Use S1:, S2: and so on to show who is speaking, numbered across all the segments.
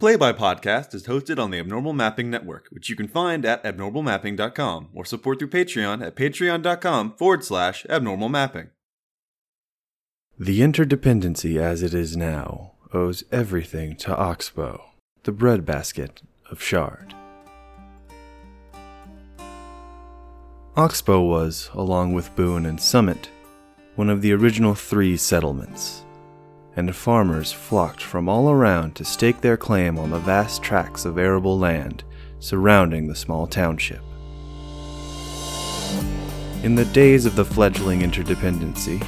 S1: Play by Podcast is hosted on the Abnormal Mapping Network, which you can find at abnormalmapping.com or support through Patreon at patreon.com forward slash abnormal mapping.
S2: The interdependency as it is now owes everything to Oxbow, the breadbasket of Shard. Oxbow was, along with Boone and Summit, one of the original three settlements, and farmers flocked from all around to stake their claim on the vast tracts of arable land surrounding the small township. In the days of the fledgling interdependency,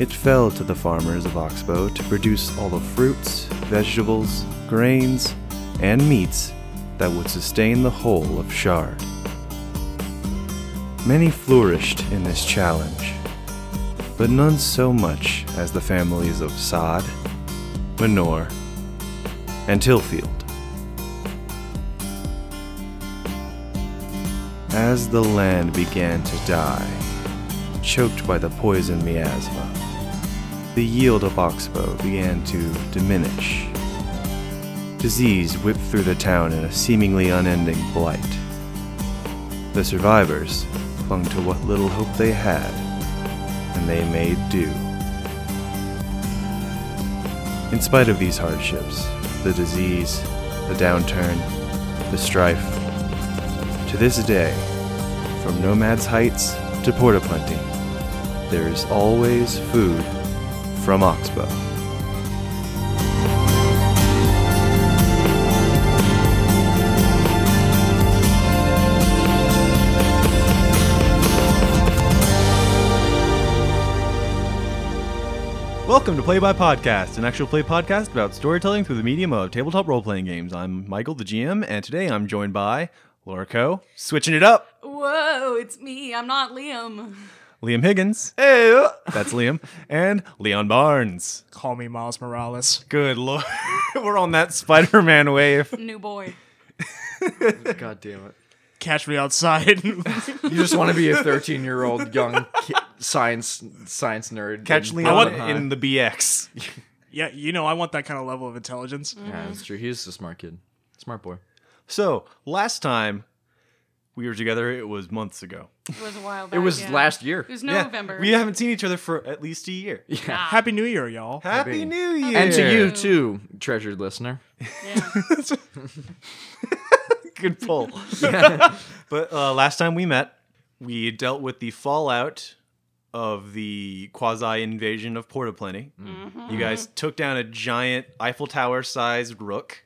S2: it fell to the farmers of Oxbow to produce all the fruits, vegetables, grains, and meats that would sustain the whole of Shard. Many flourished in this challenge, but none so much as the families of Sod, Manor, and Tillfield. As the land began to die, choked by the poison miasma. The yield of Oxbow began to diminish. Disease whipped through the town in a seemingly unending blight. The survivors clung to what little hope they had, and they made do. In spite of these hardships, the disease, the downturn, the strife, to this day, from Nomad's Heights to Porta Punting, there is always food from Oxbow.
S1: Welcome to Play by Podcast, an actual play podcast about storytelling through the medium of tabletop role playing games. I'm Michael, the GM, and today I'm joined by Laura Coe, switching it up,
S3: Whoa, it's me. I'm not Liam.
S1: Liam Higgins.
S2: Hey!
S1: That's Liam, and Leon Barnes.
S4: Call me Miles Morales.
S1: Good lord, we're on that Spider-Man wave.
S3: New boy.
S5: God damn it.
S4: Catch me outside.
S5: You just want to be a 13 year old young ki- science science nerd.
S1: Catch
S5: And-
S1: Leon Uh-huh.
S4: want-
S1: in the BX.
S4: yeah, you know, I want that kind of level of intelligence.
S5: Yeah, that's true. He's a smart kid. Smart boy.
S1: So last time we were together, it was months ago.
S3: It was a while back.
S5: It was
S3: yeah.
S5: last year.
S3: It was
S1: Yeah,
S3: November.
S1: We haven't seen each other for at least a year.
S5: Yeah.
S4: Happy New Year, y'all.
S1: Happy New Year!
S5: And to you too, treasured listener.
S3: Yeah.
S1: good pull. but uh, last time we met, we dealt with the fallout of the quasi invasion of Porta Plenty.
S5: Mm-hmm.
S1: You guys took down a giant Eiffel Tower sized rook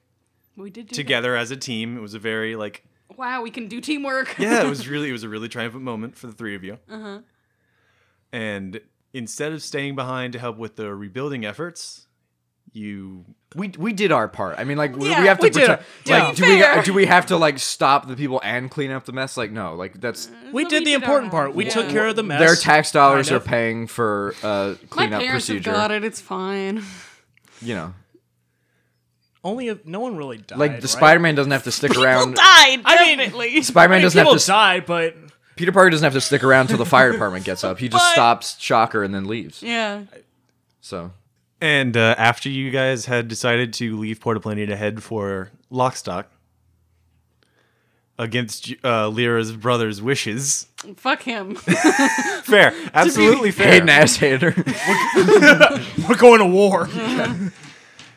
S3: We did do
S1: together as a team. It was a very like
S3: that. Wow, we can do teamwork.
S1: yeah, it was really it was a really triumphant moment for the three of you. And instead of staying behind to help with the rebuilding efforts, you
S5: We we did our part. I mean, like we,
S3: Yeah,
S5: we have to
S3: we did.
S5: protect.
S3: To be
S5: Like, do we
S3: fair.
S5: do we have to like stop the people and clean up the mess? Like, no. Like that's
S4: We
S3: So
S4: did the
S3: our
S4: important
S3: part.
S4: part. We
S3: Yeah.
S4: took care of the mess.
S5: their tax dollars
S4: Mm. kind
S5: are
S4: of.
S5: paying for uh
S3: My
S5: cleanup
S3: parents
S5: procedure.
S3: have got it. It's fine.
S5: You know,
S4: Only if no one really died.
S5: like the
S4: right?
S5: Spider-Man doesn't have to stick around.
S3: Died
S4: I mean-
S3: definitely.
S5: Spider-Man
S4: I mean,
S5: doesn't have
S4: people
S5: to s-
S4: die, but
S5: Peter Parker doesn't have to stick around till the fire department gets up. He just
S3: But-
S5: stops Shocker and then leaves.
S3: yeah.
S5: So
S1: and uh, after you guys had decided to leave Porta Plenty to head for Lockstock against uh, Lyra's brother's wishes,
S3: Fuck him.
S1: fair, absolutely fair.
S5: Hayden ass hater.
S4: we're going to war.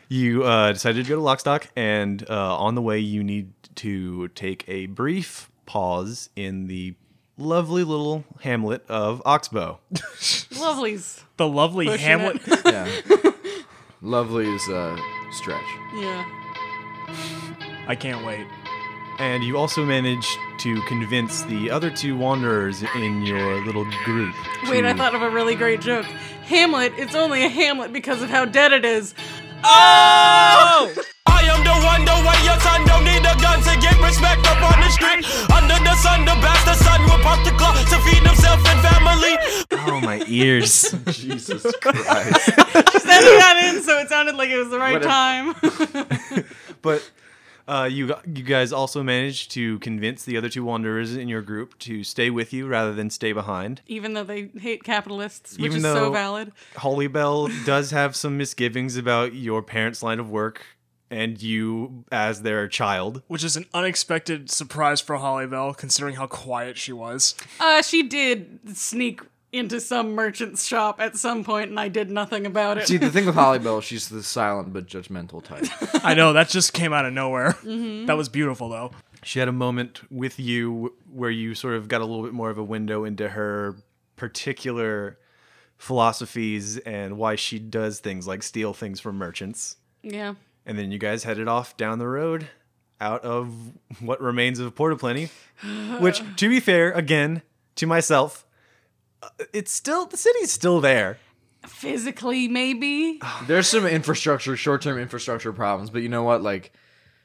S1: You uh, decided to go to Lockstock, and uh, on the way, you need to take a brief pause in the lovely little hamlet of Oxbow.
S3: Lovelies.
S4: the lovely
S3: Pushing
S4: Hamlet.
S5: yeah. Lovely's uh, stretch.
S3: Yeah.
S4: I can't wait.
S1: And you also managed to convince the other two wanderers in your little group. to-
S3: Wait, I thought of a really great joke. Hamlet, it's only a Hamlet because of how dead it is.
S6: I am the one, the way your son don't need a gun to get respect up on the street. Under the sun, the bastard son will pop the clock to feed himself and family.
S1: Oh, my ears.
S5: Jesus Christ.
S3: Just edit that in so it sounded like it was the right
S5: a-
S3: time.
S1: but uh, you you guys also managed to convince the other two wanderers in your group to stay with you rather than stay behind.
S3: Even though they hate capitalists, which
S1: Even
S3: is
S1: though-
S3: so valid.
S1: Hollybell does have some misgivings about your parents' line of work and you as their child.
S4: Which is an unexpected surprise for Hollyville, considering how quiet she was.
S3: Uh, she did sneak into some merchant's shop at some point, and I did nothing about it.
S5: See, the thing with Holly Bell, she's the silent but judgmental type.
S4: I know, that just came out of nowhere.
S3: Mm-hmm.
S4: That was beautiful, though.
S1: She had a moment with you where you sort of got a little bit more of a window into her particular philosophies and why she does things like steal things from merchants.
S3: yeah.
S1: And then you guys headed off down the road out of what remains of Porta Plenty, which, to be fair, again, to myself, uh, it's still, the city's still there.
S3: Physically, maybe.
S5: There's some infrastructure, short term infrastructure problems, but you know what? Like,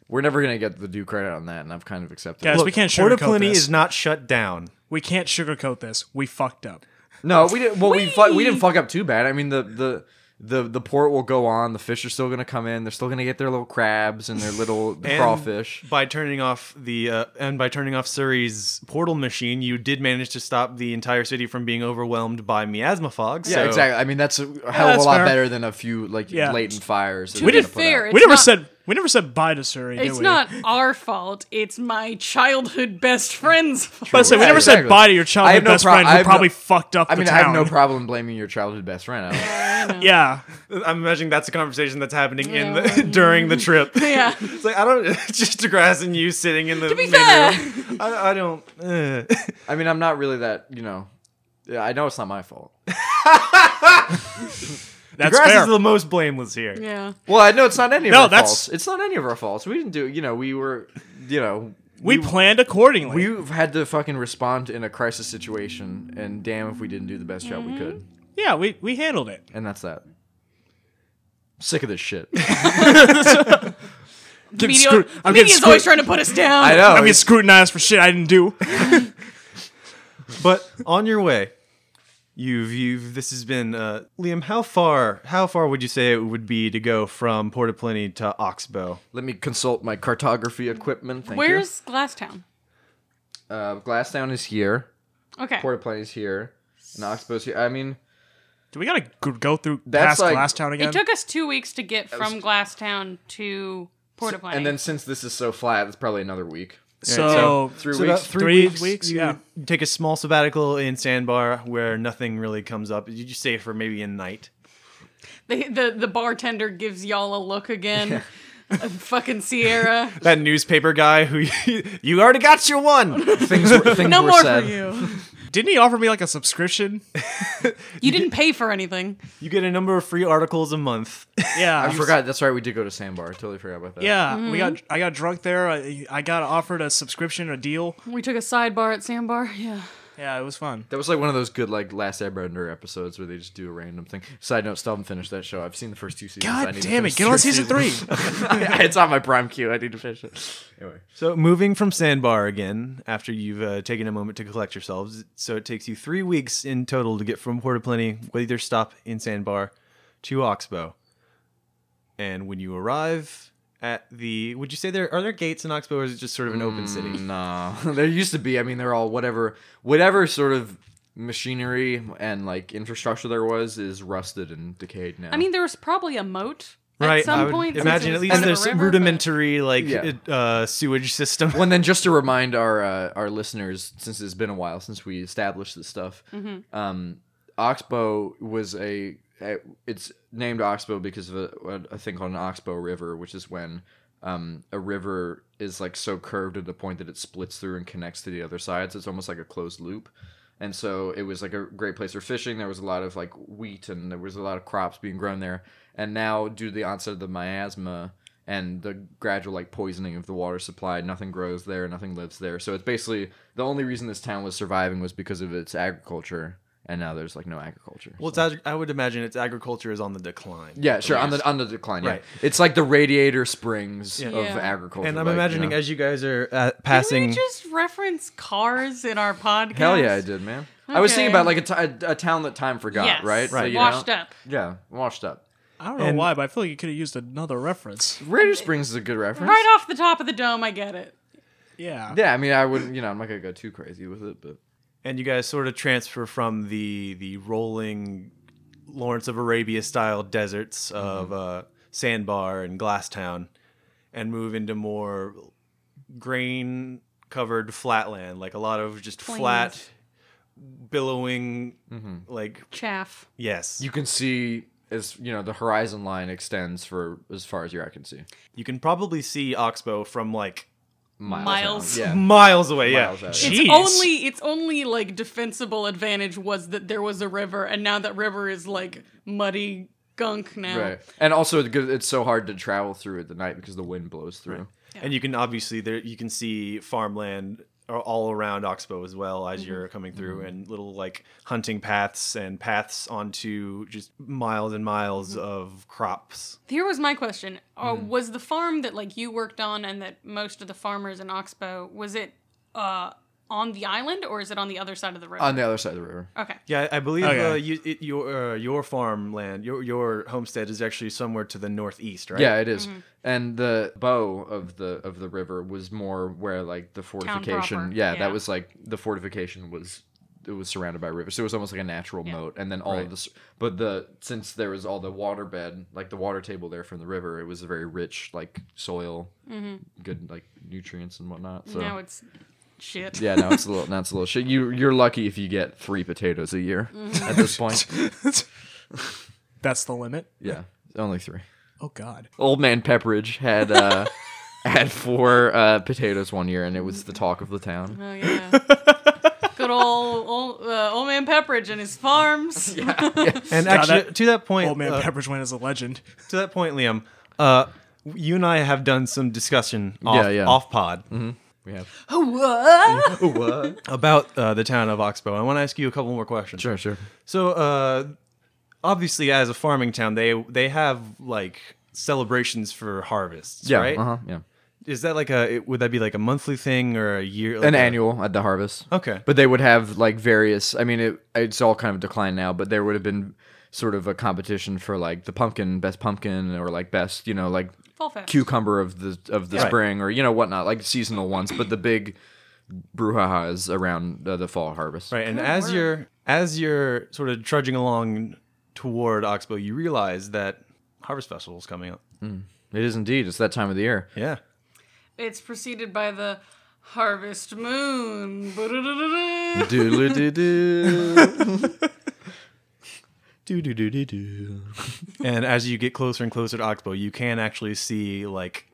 S5: we're never going to get the due credit on that, and I've kind of accepted
S4: Guys,
S5: it.
S4: we can't
S1: Porta
S4: sugarcoat
S1: Plenty
S4: this.
S1: is not shut down.
S4: we can't sugarcoat this. We fucked up.
S5: No, we didn't. Well, we fu- we didn't fuck up too bad. I mean, the the the the port will go on. The fish are still gonna come in. They're still gonna get their little crabs and their little
S1: And
S5: crawfish.
S1: By turning off the uh, and by turning off Surrey's portal machine, you did manage to stop the entire city from being overwhelmed by miasma fog.
S5: Yeah,
S1: so-
S5: exactly. I mean, that's a hell of
S4: that's
S5: a lot
S4: fair.
S5: better than a few like
S4: Yeah.
S5: latent fires.
S3: To be fair, it's
S4: we never
S3: not,
S4: said we never said bye to Suri. did
S3: It's
S4: we?
S3: not our fault. It's my childhood best friend's fault.
S4: But I said, we
S5: Yeah,
S4: never said
S5: exactly.
S4: bye to your
S5: I
S4: childhood
S5: have no
S4: best
S5: pro-
S4: friend
S5: I
S4: who
S5: have no-
S4: probably fucked up
S5: I mean,
S4: the
S5: I
S4: town.
S5: have no problem blaming your childhood best friend. I don't
S4: Yeah,
S1: I'm imagining that's a conversation that's happening in the during the trip.
S3: yeah.
S1: It's like I don't it's just DeGrasse and you sitting in the
S3: To be
S1: living
S3: fair.
S1: room. I, I don't. Uh.
S5: I mean, I'm not really that. You know, yeah, I know it's not my fault.
S4: that's
S1: DeGrasse
S4: fair.
S1: is the most blameless here.
S3: Yeah.
S5: Well, I know it's not any of
S4: No,
S5: our
S4: that's-
S5: faults. It's not any of our faults. We didn't do. You know, we were. You know,
S4: we planned accordingly.
S5: we had to fucking respond in a crisis situation, and damn if we didn't do the best job we could.
S4: yeah, we we handled it.
S5: And that's that. Sick of this shit.
S4: Getting
S3: Media,
S4: screwed- I'm getting
S3: media's always
S4: screwed-
S3: trying to put us down.
S5: I know.
S4: I'm getting scrutinized for shit I didn't do.
S1: But on your way, you've you've this has been uh, Liam. How far how far would you say it would be to go from Porta Plenty to Oxbow?
S5: Let me consult my cartography equipment. Thank
S3: Where's Glasstown?
S5: you. Uh, Glasstown is here.
S3: Okay.
S5: Porta Plain is here. And Oxbow's here. I mean,
S4: Do we gotta g- go through
S5: That's
S4: past
S5: like-
S4: Glasstown again?
S3: It took us two weeks to get from Glasstown to Porta Plain.
S5: and then since this is so flat, it's probably another week.
S4: so
S5: Three
S1: So about
S5: weeks.
S1: three,
S4: Three
S1: weeks,
S4: weeks,
S1: you
S4: yeah.
S1: take a small sabbatical in Sandbar where nothing really comes up. You just stay for maybe a night.
S3: the, the the bartender gives y'all a look again. Uh, fucking Sierra.
S1: That newspaper guy who you already got your one.
S5: things were, things
S3: No
S5: were
S3: more
S5: said.
S3: for you.
S4: didn't he offer me like a subscription?
S3: You didn't pay for anything.
S1: You get a number of free articles a month.
S4: Yeah,
S5: I forgot. That's right. We did go to Sandbar. I totally forgot about that.
S4: Yeah, we got
S3: Mm-hmm.
S4: I got drunk there. I, I got offered a subscription, a deal.
S3: We took a sidebar at Sandbar. Yeah.
S4: Yeah, it was fun.
S5: That was like one of those good like Last Airbender episodes where they just do a random thing. Side note: still haven't finished that show. I've seen the first two seasons. I
S4: God
S5: need to
S4: damn it!
S5: finish
S4: Get on
S5: the third
S4: season three.
S5: it's on my prime queue. I need to finish it. Anyway,
S1: So moving from Sandbar again after you've uh, taken a moment to collect yourselves. So it takes you three weeks in total to get from Porta Plenty with either stop in Sandbar to Oxbow. And when you arrive at the, would you say there are there gates in Oxbow, or is it just sort of an open city?
S5: no, there used to be. I mean, they're all whatever, whatever sort of machinery and like infrastructure there was is rusted and decayed now.
S3: I mean, there was probably a moat
S1: right.
S3: at some
S1: I would
S3: point. since
S1: imagine
S3: it
S1: at
S3: was
S1: least
S3: kind of a
S1: there's
S3: river, but-
S1: rudimentary like
S5: Yeah.
S1: it- uh, sewage system.
S5: Well, and then just to remind our uh, our listeners, since it's been a while since we established this stuff, um, Oxbow was a, a- it's named Oxbow because of a, a thing called an Oxbow River, which is when um, a river is like so curved to the point that it splits through and connects to the other side. So it's almost like a closed loop. And so it was like a great place for fishing. There was a lot of like wheat and there was a lot of crops being grown there. And now, due to the onset of the miasma and the gradual like poisoning of the water supply, nothing grows there, nothing lives there. So it's basically the only reason this town was surviving was because of its agriculture. And now there's like no agriculture.
S1: Well, it's, ag- I would imagine its agriculture is on the decline.
S5: yeah, sure. On the on the decline, yeah.
S1: Right.
S5: It's like the Radiator Springs of
S3: Yeah.
S5: agriculture.
S1: And I'm
S5: like, you
S1: imagining
S5: know.
S1: as you guys are uh,
S3: Did
S1: passing.
S3: we just reference cars in our podcast?
S5: hell yeah, I did, man. I was thinking
S3: Okay.
S5: about like a ti- a- a town that time forgot,
S3: Yes.
S5: right? So,
S3: Right.
S5: you
S3: Washed
S5: know-
S3: up.
S5: Yeah, washed up.
S4: I don't know
S1: And-
S4: why, but I feel like you could have used another reference.
S5: Radiator Springs is a good reference.
S3: Right off the top of the dome, I get it.
S4: Yeah.
S5: Yeah, I mean, I wouldn't, you know, I'm not gonna go too crazy with it, but
S1: and you guys sort of transfer from the the rolling
S5: Mm-hmm.
S1: Lawrence of Arabia style deserts of uh, Sandbar and Glasstown and move into more grain covered flatland, like a lot of just flat, billowing,
S5: Mm-hmm.
S1: like,
S3: Chaff.
S1: yes.
S5: You can see as you know the horizon line extends for as far as your eye can see.
S1: You can probably see Oxbow from like
S5: Miles.
S3: Miles.
S5: out. Yeah.
S1: miles away.
S5: Miles
S1: yeah.
S5: out.
S1: Jeez.
S3: It's only its only like defensible advantage was that there was a river, and now that river is like muddy gunk now.
S5: Right. And also it goes- it's so hard to travel through at the night because the wind blows through.
S1: and you can obviously there you can see farmland a- all around Oxbow as well as you're coming through and little like hunting paths and paths onto just miles and miles of crops.
S3: Here was my question: uh,
S5: Hmm.
S3: Was the farm that like you worked on, and that most of the farmers in Oxbow, was it uh, on the island, or is it on the other side of the river?
S5: On the other side of the river.
S3: okay.
S1: Yeah, I I believe
S4: Okay.
S1: uh, you, it, your uh, your farmland, your your homestead is actually somewhere to the northeast, right?
S5: Yeah, it is.
S3: Mm-hmm.
S5: And the bow of the of the river was more where like the fortification.
S3: proper,
S5: Yeah,
S3: yeah.
S5: that was like the fortification was it was surrounded by rivers. So it was almost like a natural moat. And then all of this but the since there was all the water bed, like the water table there from the river, it was a very rich like soil, good like nutrients and whatnot. So
S3: Mm-hmm. Now it's shit.
S5: yeah, now it's a little now it's a little shit. You you're lucky if you get three potatoes a year at this point.
S4: That's the limit.
S5: Yeah. Only three.
S4: Oh God.
S5: old man Pepperidge had uh, had four uh, potatoes one year, and it was the talk of the town.
S3: Oh yeah. Good old old, uh, old man Pepperidge and his farms.
S1: And
S4: Yeah,
S1: actually,
S4: that-
S1: to that point,
S4: Old man
S1: uh,
S4: Pepperidge Lane is a legend.
S1: to that point, Liam, uh, you and I have done some discussion off,
S5: Yeah, yeah.
S1: off pod
S5: We have
S3: What?
S1: about uh, the town of Oxbow. I want to ask you a couple more questions.
S5: sure, sure.
S1: So, uh, obviously, as a farming town, they they have like celebrations for harvests,
S5: Yeah,
S1: right?
S5: uh-huh, yeah.
S1: Is that like a it- would that be like a monthly thing or a year? like
S5: An
S1: a-
S5: annual at the harvest.
S1: Okay.
S5: but they would have like various. I mean, it it's all kind of declined now, but there would have been sort of a competition for like the pumpkin, best pumpkin, or like best, you know, like
S3: Fall fest.
S5: cucumber of the of the
S1: Right.
S5: spring, or you know whatnot, like seasonal ones. But the big brouhaha is around uh, the fall harvest.
S1: Right, and as
S3: word.
S1: you're as you're sort of trudging along toward Oxbow, you realize that harvest festival is coming up.
S5: It is indeed. It's that time of the year.
S1: Yeah.
S3: It's preceded by the harvest moon.
S5: Doodle doo doo.
S1: and as you get closer and closer to Oxbow, you can actually see like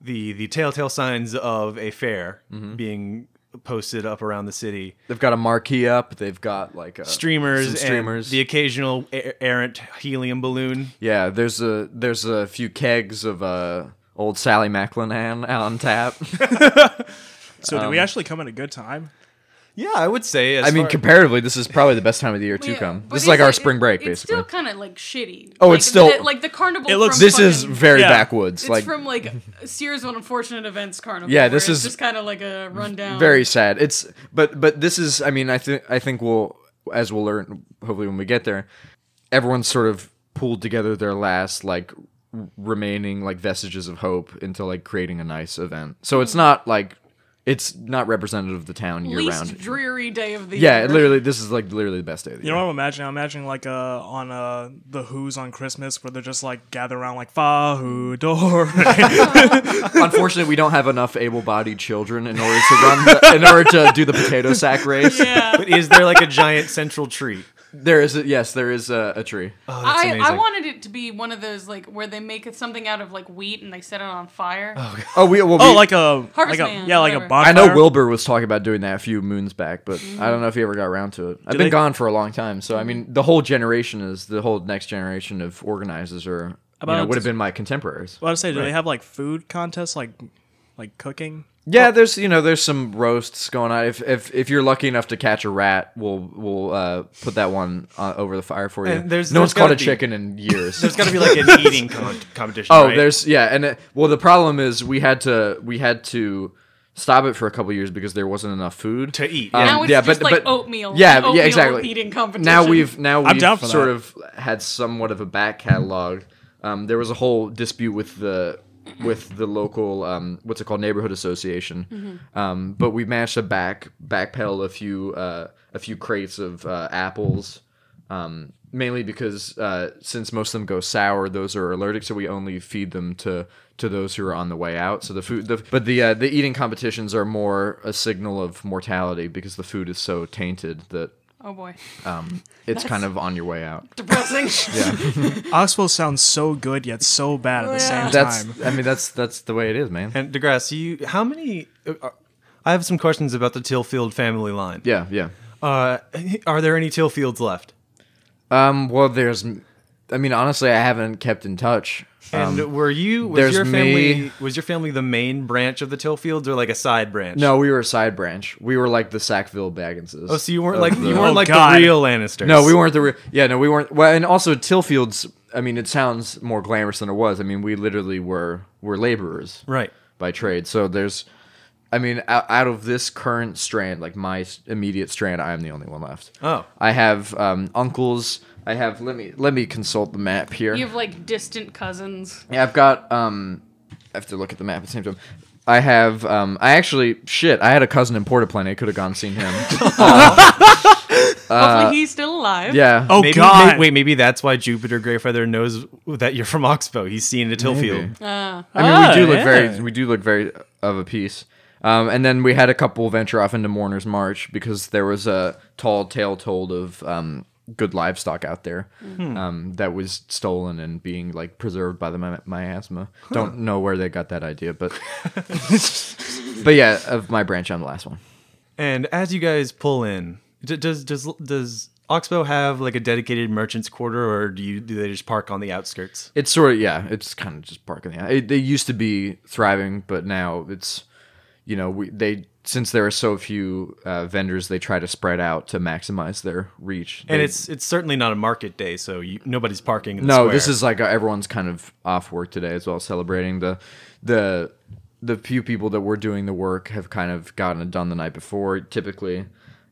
S1: the the telltale signs of a fair being posted up around the city.
S5: They've got a marquee up. They've got like a,
S1: Streamers,
S5: some
S1: streamers,
S5: streamers.
S1: the occasional er- errant helium balloon.
S5: yeah, there's a there's a few kegs of uh, old Sally McLean on tap.
S4: So did we
S5: um,
S4: actually come at a good time?
S1: Yeah, I would say. As
S5: I mean,
S1: far-
S5: comparatively, this is probably the best time of the year to come. This is like our spring break,
S3: it's
S5: basically.
S3: still kind of like shitty.
S5: Oh,
S3: Like,
S5: it's still-
S3: the, like the carnival.
S4: It looks-
S3: from
S5: this is
S3: fucking-
S5: very
S4: Yeah.
S5: backwoods.
S3: It's
S5: like
S3: from like Sears on Unfortunate Events Carnival.
S5: Yeah,
S3: where
S5: this
S3: it's
S5: is
S3: just kind of like a rundown.
S5: very sad. It's but but this is. I mean, I think I think we'll as we'll learn hopefully when we get there. Everyone's sort of pulled together their last like r- remaining like vestiges of hope into like creating a nice event. So it's not like it's not representative of the town year
S3: Hmm. least
S5: round.
S3: dreary day of the
S5: Yeah,
S3: year.
S5: it literally, this is like literally the best day of the
S4: You
S5: year.
S4: know what I'm imagining? I'm imagining like uh on uh the Who's on Christmas where they're just like gather around like Fahudor.
S5: Unfortunately, we don't have enough able-bodied children in order to run, the, in order to do the potato sack race.
S3: Yeah.
S1: but is there like a giant central tree?
S5: There is, a, yes, there is a, a tree.
S1: Oh, that's
S3: I, I
S1: amazing.
S3: wanted it to be one of those like where they make it something out of like wheat and they set it on fire.
S5: Oh, we, well,
S4: oh,
S5: we-
S4: like a
S3: Harvest
S4: like a
S3: Man,
S4: yeah, like
S3: whatever.
S4: a
S5: I
S4: bonfire.
S5: know Wilbur was talking about doing that a few moons back, but I don't know if he ever got around to it. I've been
S4: they-
S5: gone for a long time, so I mean, the whole generation is the whole next generation of organizers are you know,
S4: About-
S5: would have been my contemporaries.
S4: Well, I was saying, do they have like food contests like like cooking?
S5: Yeah, there's you know there's some roasts going on. If if, if you're lucky enough to catch a rat, we'll we'll uh, put that one uh, over the fire for you.
S1: And there's-
S5: no one's
S1: there's gotta
S5: caught a
S1: be-
S5: chicken in years.
S1: There's got to be like an eating con- competition.
S5: Oh,
S1: right?
S5: there's yeah, and it, well, the problem is we had to we had to stop it for a couple years because there wasn't enough food
S1: To eat,
S5: Um,
S3: Now it's
S5: yeah,
S3: just
S5: but,
S3: like
S5: but-
S3: oatmeal.
S5: Yeah,
S3: oatmeal
S5: yeah, exactly.
S3: Eating competition.
S5: Now we've now we've
S4: down for
S5: sort
S4: that.
S5: of had somewhat of a back catalog. Um, there was a whole dispute with the with the local um, what's it called neighborhood association, um, but we managed to back backpedal a few uh, a few crates of uh, apples. um, mainly because uh, since most of them go sour, those are allergic, so we only feed them to to those who are on the way out. So the food, the, but the uh, the eating competitions are more a signal of mortality because the food is so tainted that
S3: Oh boy,
S5: um, it's kind of on your way out.
S3: depressing.
S4: Oxbow sounds so good yet so bad at
S3: Oh,
S4: the same
S5: That's
S4: time.
S5: I mean that's that's the way it is, man.
S1: And DeGrasse, you how many? Uh, uh, I have some questions about the Tillfield family line.
S5: Yeah, yeah.
S1: Uh, are there any Tillfields left?
S5: Um, well, there's, I mean, honestly, I haven't kept in touch.
S1: And were you? Was
S5: Um, there's
S1: your family?
S5: me.
S1: Was your family the main branch of the Tillfields, or like a side branch?
S5: No, we were a side branch. We were like the Sackville Bagginses.
S1: Oh, so you weren't like you
S4: Oh,
S1: weren't like
S4: God.
S1: the real Lannisters.
S5: No, we weren't the. Re- yeah, no, we weren't. Well, and also Tillfield's. I mean, it sounds more glamorous than it was. I mean, we literally were were laborers
S1: Right.
S5: by trade. So there's, I mean, out, out of this current strand, like my s- immediate strand, I am the only one left.
S1: Oh.
S5: I have um, uncles. I have. Let me let me consult the map here.
S3: You have like distant cousins.
S5: Yeah, I've got. Um, I have to look at the map at the same time. I have. Um, I actually shit. I had a cousin in Portaplan. I could have gone seen him.
S3: Hopefully, he's still alive.
S5: Uh, yeah.
S4: Oh
S1: Maybe,
S4: god.
S1: may- wait, maybe that's why Jupiter Greyfeather knows that you're from Oxbow. He's seen a Tillfield.
S3: Uh,
S5: I mean, we do
S4: Oh, yeah.
S5: look very. We do look very of a piece. Um, and then we had a couple venture off into Mourner's March because there was a tall tale told of um, good livestock out there
S4: Hmm.
S5: um, that was stolen and being like preserved by the mi- miasma. Don't know where they got that idea, but but yeah, of my branch, I'm the last one.
S1: And as you guys pull in, d- does does does Oxbow have like a dedicated merchants quarter, or do you do they just park on the outskirts?
S5: It's sort of yeah. It's kind of just parking the. It, they used to be thriving, but now it's, you know, we they since there are so few uh, vendors, they try to spread out to maximize their reach.
S1: And
S5: They-
S1: it's it's certainly not a market day, so you, nobody's parking. In the
S5: no,
S1: square.
S5: this is like uh, everyone's kind of off work today as well, celebrating the the the few people that were doing the work have kind of gotten it done the night before, typically,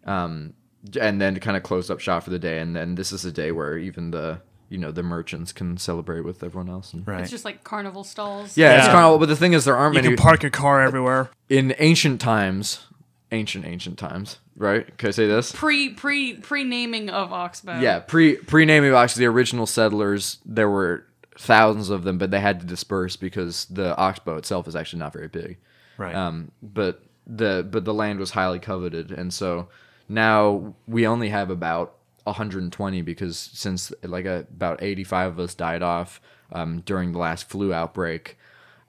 S5: um, and then kind of closed up shop for the day, and then this is a day where even the you know the merchants can celebrate with everyone else. And,
S1: right.
S3: It's just like carnival stalls.
S5: Yeah, it's
S4: Yeah.
S5: carnival, but the thing is, there aren't
S4: You
S5: many
S4: can park your car everywhere.
S5: in ancient times. Ancient, ancient times, right? Can I say this?
S3: Pre pre pre naming of Oxbow.
S5: Yeah, pre pre naming box. The original settlers, there were thousands of them, but they had to disperse because the oxbow itself is actually not very big.
S1: right.
S5: Um, but the but the land was highly coveted, and so now we only have about 120 because since like uh about 85 of us died off um, during the last flu outbreak,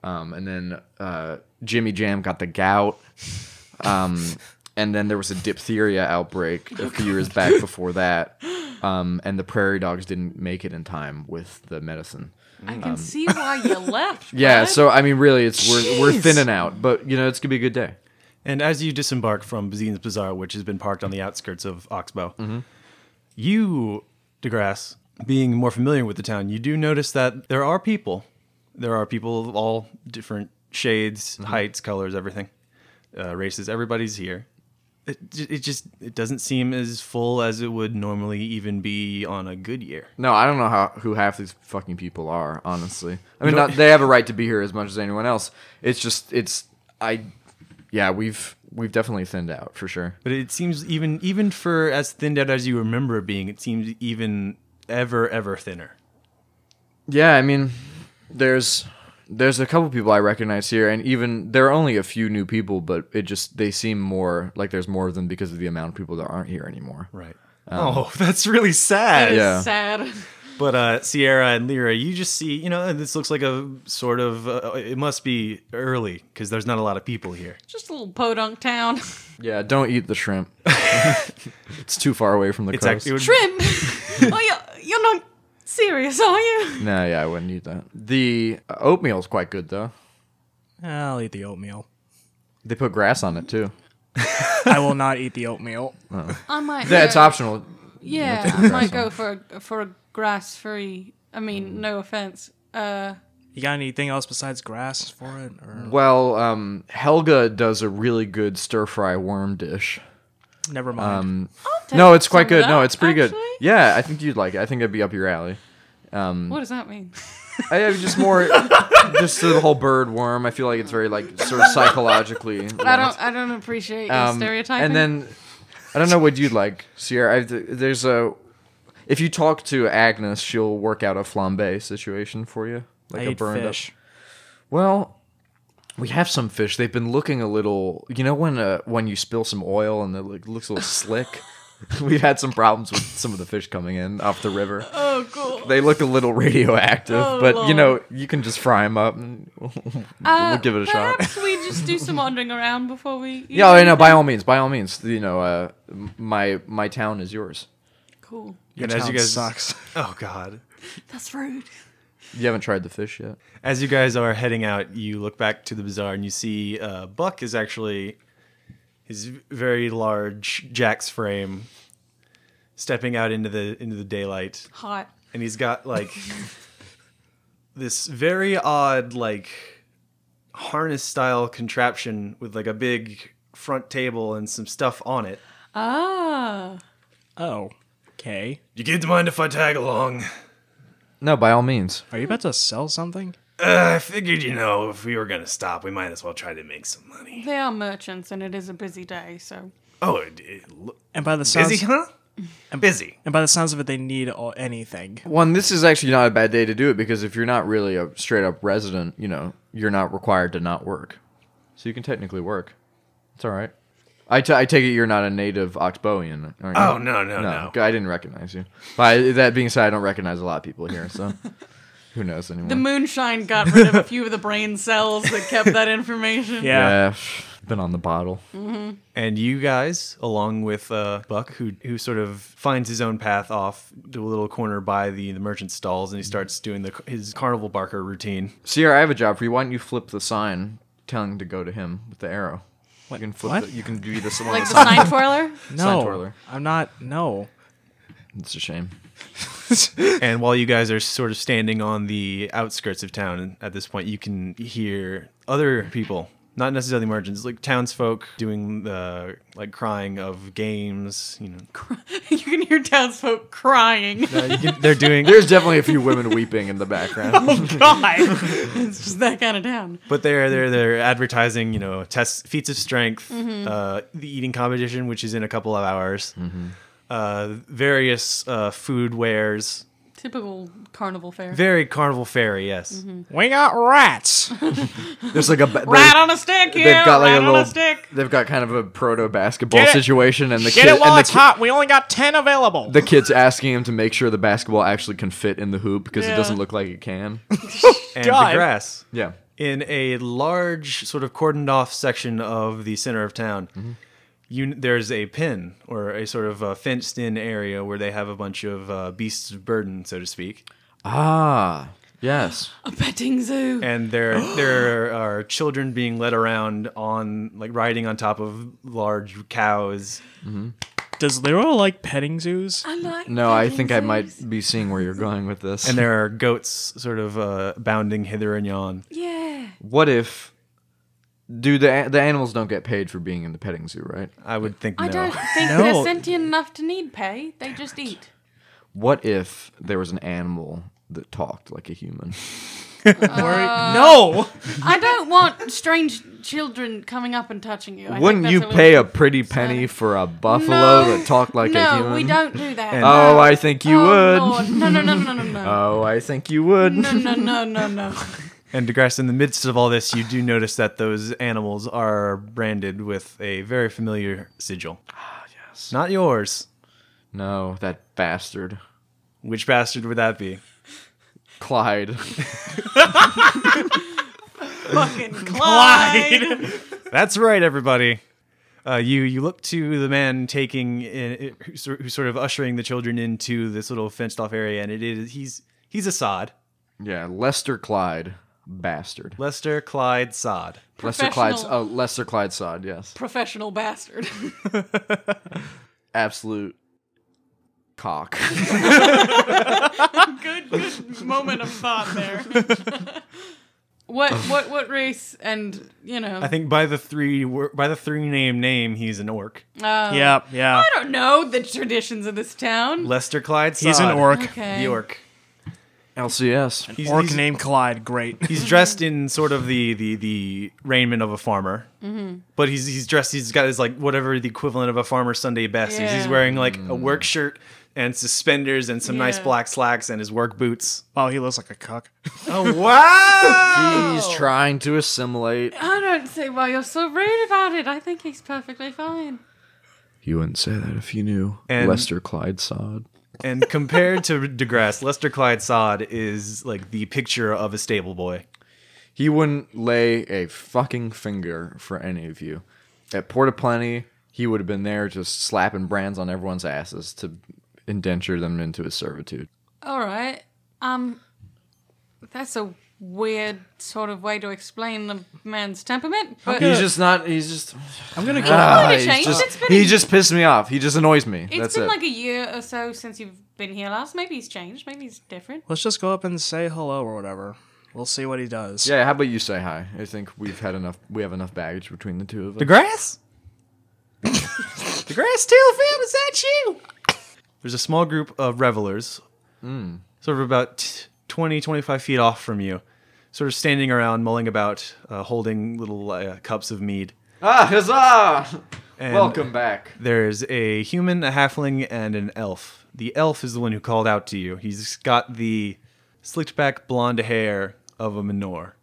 S5: um, and then uh, Jimmy Jam got the gout. Um, and then there was a diphtheria outbreak a few years back before that. Um, and the prairie dogs didn't make it in time with the medicine.
S3: I can see why you left.
S5: um, Yeah,
S3: bud.
S5: so I mean, really, it's we're, we're thinning out, but you know, it's gonna be a good day.
S1: And as you disembark from Bazine's Bazaar, which has been parked on the outskirts of Oxbow, you, DeGrasse, being more familiar with the town, you do notice that there are people. There are people of all different shades, heights, colors, everything, uh, races. Everybody's here. It, j- it just it doesn't seem as full as it would normally even be on a good year.
S5: No, I don't know how who half these fucking people are. Honestly, I mean, not, they have a right to be here as much as anyone else. It's just, it's I, yeah, we've we've definitely thinned out for sure.
S1: But it seems even even for as thinned out as you remember it being, it seems even ever ever thinner.
S5: Yeah, I mean, there's there's a couple people I recognize here, and even there are only a few new people, but it just they seem more like there's more of them because of the amount of people that aren't here anymore.
S1: Right. oh, that's really sad.
S3: That is
S5: yeah.
S3: sad.
S1: But uh, Sierra and Lyra, you just see, you know, this looks like a sort of, uh, it must be early because there's not a lot of people here.
S3: Just a little podunk town.
S5: Yeah, don't eat the shrimp. it's too far away from the
S1: It's
S5: coast.
S1: actually,
S3: Shrimp. oh, you, you're not serious, are you?
S5: no, yeah, I wouldn't eat that. The uh, oatmeal's quite good though.
S4: I'll eat the oatmeal.
S5: They put grass on it too.
S4: I will not eat the oatmeal.
S3: I might.
S5: Yeah, it's
S3: go-
S5: optional.
S3: Yeah, I might go for a, for a grass free. I
S5: Mm.
S3: mean, no offense. Uh,
S4: You got anything else besides grass for it? Or
S5: Well, um, Helga does a really good stir fry worm dish.
S4: never mind.
S5: Um,
S3: take
S5: no, it's quite
S3: some of
S5: good. no,
S3: that,
S5: it's pretty
S3: actually.
S5: good. Yeah, I think you'd like it. I think it'd be up your alley. Mm.
S3: what does that mean?
S5: I have just more, just the whole bird worm. I feel like it's very like sort of psychologically.
S3: I don't. I don't appreciate your
S5: Um,
S3: stereotyping.
S5: And then I don't know what you'd like, Sierra. i there's a If you talk to Agnes, she'll work out a flambe situation for you, like
S4: I
S5: a
S4: eat
S5: burned
S4: fish.
S5: up. Well, we have some fish. They've been looking a little. You know when uh, when you spill some oil and it like, looks a little slick. We've had some problems with some of the fish coming in off the river.
S3: Oh, cool.
S5: They look a little radioactive,
S3: Oh,
S5: but you
S3: Lord.
S5: know you can just fry them up and we'll give it a shot.
S3: Uh, Perhaps we just do some wandering around before we.
S5: Yeah, I know. By all means, by all means, you know, uh, m- my my town is yours.
S3: Cool.
S1: and as you
S4: Town
S1: guys,
S4: sucks.
S1: oh god,
S3: That's rude.
S5: You haven't tried the fish yet.
S1: as you guys are heading out, you look back to the bazaar and you see uh, Buck is actually his very large Jack's frame, stepping out into the into the daylight,
S3: Hot.
S1: and he's got like this very odd like harness style contraption with like a big front table and some stuff on it.
S3: Ah.
S4: Oh, okay.
S1: You kids mind if I tag along?
S5: No, by all means.
S4: Are you about to sell something?
S1: Uh, I figured, you know, if we were gonna stop, we might as well try to make some money.
S3: They are merchants and it is a busy day, so.
S1: Oh, it, it, lo-
S4: And by the sounds,
S1: busy, huh? I'm busy.
S4: and by the sounds of it, they need all, anything.
S5: One, this is actually not a bad day to do it because if you're not really a straight up resident, you know, you're not required to not work. So you can technically work. It's all right. I, t- I take it you're not a native Oxbowian. Are you?
S1: Oh no, no,
S5: no,
S1: no.
S5: I didn't recognize you. But that being said, I don't recognize a lot of people here, so who knows anymore.
S3: The moonshine got rid of a few of the brain cells that kept that information.
S4: Yeah.
S5: yeah, been on the bottle.
S1: And you guys, along with uh, Buck, who who sort of finds his own path off to a little corner by the, the merchant stalls, and he starts doing the his carnival barker routine.
S5: Sierra, I have a job for you. Why don't you flip the sign telling to go to him with the arrow? You can flip.
S4: What?
S5: The, you can do this one.
S3: Like the sign twirler?
S4: No,
S5: Twirler.
S4: I'm not. No.
S5: It's a shame.
S1: and while you guys are sort of standing on the outskirts of town at this point, you can hear other people, not necessarily merchants, like townsfolk doing the like crying of games. You know,
S3: you can hear townsfolk crying.
S1: Uh, you can- they're doing,
S5: There's definitely a few women weeping in the background.
S3: Oh, God. it's just that kind of town.
S1: but they're they're they're advertising. You know, tests feats of strength, uh, the eating competition, which is in a couple of hours. Uh, various uh, food wares,
S3: Typical carnival fair.
S1: very carnival fairy. Yes.
S4: We got rats.
S5: There's like a. ba-
S3: Right
S5: they-
S3: on a stick, yeah.
S5: They've got like
S3: right
S5: a
S3: on
S5: little.
S3: a stick.
S5: They've got kind of a proto basketball
S4: Get it.
S5: situation, and the
S4: Get
S5: kid,
S4: it while
S5: and the,
S4: it's
S5: ki-
S4: hot. We only got ten available.
S5: the kid's asking him to make sure the basketball actually can fit in the hoop because it
S3: Yeah.
S5: doesn't look like it can.
S1: And
S4: God.
S1: the grass.
S5: Yeah.
S1: in a large sort of cordoned off section of the center of town you, there's a pin or a sort of uh, fenced in area where they have a bunch of uh, beasts of burden so to speak
S5: Ah. Yes.
S3: A petting zoo.
S1: and there there are children being led around on like riding on top of large cows
S4: Does Lero like petting zoos?
S3: I like
S5: No, I
S3: petting
S5: think I might
S3: zoos.
S5: be seeing where you're going with this.
S1: and there are goats sort of uh, bounding hither and yon
S3: Yeah.
S5: what if? Do the the animals don't get paid for being in the petting zoo, right?
S1: i would think
S3: I
S1: no
S3: don't think
S4: No.
S3: they're sentient enough to need pay. They just eat.
S5: What if there was an animal that talked like a human?
S3: Uh,
S4: no.
S3: I don't want strange children coming up and touching you. I think
S5: Wouldn't
S3: that's
S5: you
S3: a little-
S5: pay a pretty penny for a buffalo that talked like a human?
S3: No, we don't do that.
S5: Oh,
S3: No.
S5: I think you
S3: Oh,
S5: would.
S3: Lord. No, no, no, no, no, no.
S5: Oh, I think you would.
S3: No, no, no, no, no.
S1: And DeGrasse, in the midst of all this, you do notice that those animals are branded with a very familiar sigil. Ah, yes. Not yours.
S5: No, that bastard.
S1: Which bastard would that be?
S5: Clyde.
S3: Fucking Clyde.
S1: That's right, everybody. Uh, you you look to the man taking in, who's sor- who's sort of ushering the children into this little fenced off area, and it is he's he's Assad,
S5: yeah, Lester Clyde. Bastard.
S1: Lester Clyde Sod.
S5: Lester Clyde's
S3: Professional.
S5: oh Lester Clyde sod, yes.
S3: Professional bastard.
S5: Absolute cock.
S3: good, good moment of thought there. what, what, what race? And you know,
S1: I think by the three wor- by the three name name, he's an orc.
S3: uh,
S4: Yeah, yeah.
S3: I don't know the traditions of this town.
S1: Lester Clyde Sod.
S4: He's an orc.
S3: Okay.
S1: The orc.
S5: LCS.
S1: He's,
S4: Orc
S1: he's-
S4: named Clyde. Great.
S1: he's dressed in sort of the the the raiment of a farmer,
S3: Mm-hmm.
S1: but he's he's dressed. He's got his like whatever the equivalent of a farmer's Sunday best is. He's
S3: Yeah.
S1: wearing like a work shirt and suspenders and some nice
S3: Yeah.
S1: black slacks and his work boots.
S4: Wow, he looks like a cuck.
S1: Oh wow!
S5: He's trying to assimilate.
S3: I don't see why you're so rude about it. I think he's perfectly fine.
S5: You wouldn't say that if you knew
S1: And-
S5: Lester Clyde Sod.
S1: and compared to DeGrasse, Lester Clyde Sod is like the picture of a stable boy.
S5: He wouldn't lay a fucking finger for any of you. At Porta Plenty, he would have been there just slapping brands on everyone's asses to indenture them into his servitude.
S3: All right. Um, that's a weird sort of way to explain the man's temperament, but
S5: He's just not. He's just.
S4: I'm gonna
S5: Ah,
S3: gonna
S5: he's
S3: change.
S5: just-
S3: It's been a-
S5: he just pissed me off. He just annoys me.
S3: it's
S5: That's
S3: been
S5: it.
S3: like a year or so since you've been here last. Maybe he's changed. Maybe he's different.
S4: Let's just go up and say hello or whatever. We'll see what he does.
S5: yeah, how about you say hi? I think we've had enough. We have enough baggage between the two of us.
S1: DeGrasse? DeGrasse too, fam, is that you? There's a small group of revelers, sort of about t- 20, 25 feet off from you, sort of standing around, mulling about, uh, holding little uh, cups of mead.
S5: ah, huzzah!
S1: And
S5: Welcome back.
S1: There's a human, a halfling, and an elf. The elf is the one who called out to you. He's got the slicked back blonde hair of a manor.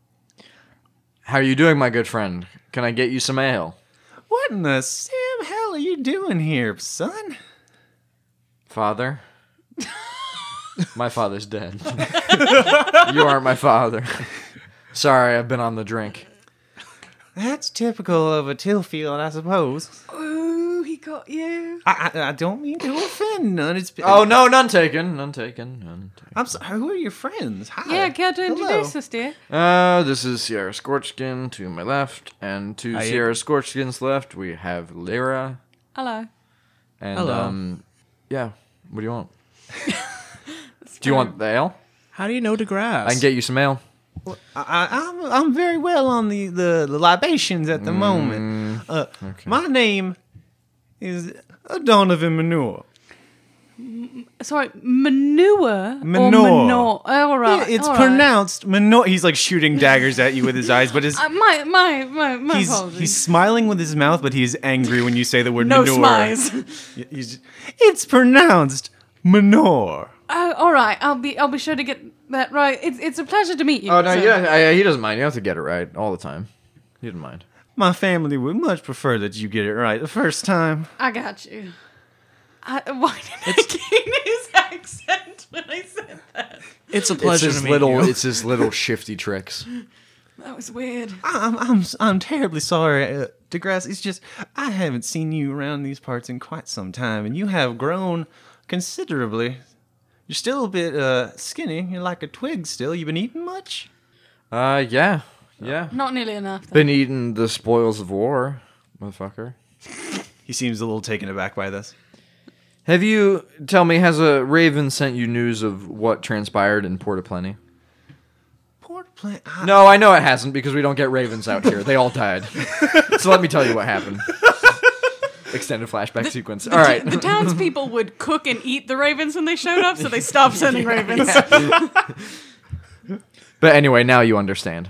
S5: How are you doing, my good friend? Can I get you some ale?
S1: What in the Sam hell are you doing here, son?
S5: Father? my father's dead. you aren't my father. Sorry, I've been on the drink.
S1: That's typical of a Tillfield, I suppose.
S3: Ooh, he got you.
S1: I, I, I don't mean to offend none. It's been,
S5: Oh, no, none taken. None taken. None taken.
S1: I'm sorry. Who are your friends? Hi.
S3: Yeah, care to
S1: Hello.
S3: introduce us, dear?
S5: Uh, this is Sierra Scorchkin to my left, and to
S4: Hiya.
S5: Sierra Scorchkin's left, we have Lyra.
S3: Hello.
S5: And,
S4: Hello.
S5: um, yeah, what do you want? do you want the ale?
S4: How do you know DeGrasse?
S5: I can get you some ale.
S1: I, I- I'm I'm very well on the the, the libations at the moment. Uh, My name is Donovan Manure.
S3: Sorry, manure.
S1: Manure.
S3: Or manure. Oh, all right.
S1: it's
S3: all right.
S1: pronounced Manure. He's like shooting daggers at you with his eyes, but his
S3: Uh, my my my my
S1: he's
S3: apologies.
S1: he's smiling with his mouth, but he's angry when you say the word
S3: no
S1: manure.
S3: smiles.
S1: Y- he's- it's pronounced manure.
S3: Oh, all right. I'll be I'll be sure to get that right. It's it's a pleasure to meet you.
S5: Oh, no,
S3: sir.
S5: yeah, I, he doesn't mind. You don't have to get it right all the time. He didn't mind.
S1: My family would much prefer that you get it right the first time.
S3: I got you. I, why did I gain his accent when I said that?
S4: it's a pleasure
S5: it's
S4: to
S5: his
S4: meet
S5: little
S4: you.
S5: it's his little shifty tricks
S3: That was weird.
S1: I'm I'm I'm terribly sorry, uh, DeGrasse. It's just I haven't seen you around these parts in quite some time, and you have grown considerably. You're still a bit uh, skinny. You're like a twig still. You've been eating much.
S5: uh yeah yeah
S3: Not nearly enough. though.
S5: been eating the spoils of war motherfucker
S1: He seems a little taken aback by this.
S5: have you tell me has a raven sent you news of what transpired in port of plenty
S1: Port plant. I,
S5: no i know it hasn't because we don't get ravens out here they all died so let me tell you what happened extended flashback sequence all right
S3: The townspeople would cook and eat the ravens when they showed up, so they stopped sending ravens.
S5: but anyway now you understand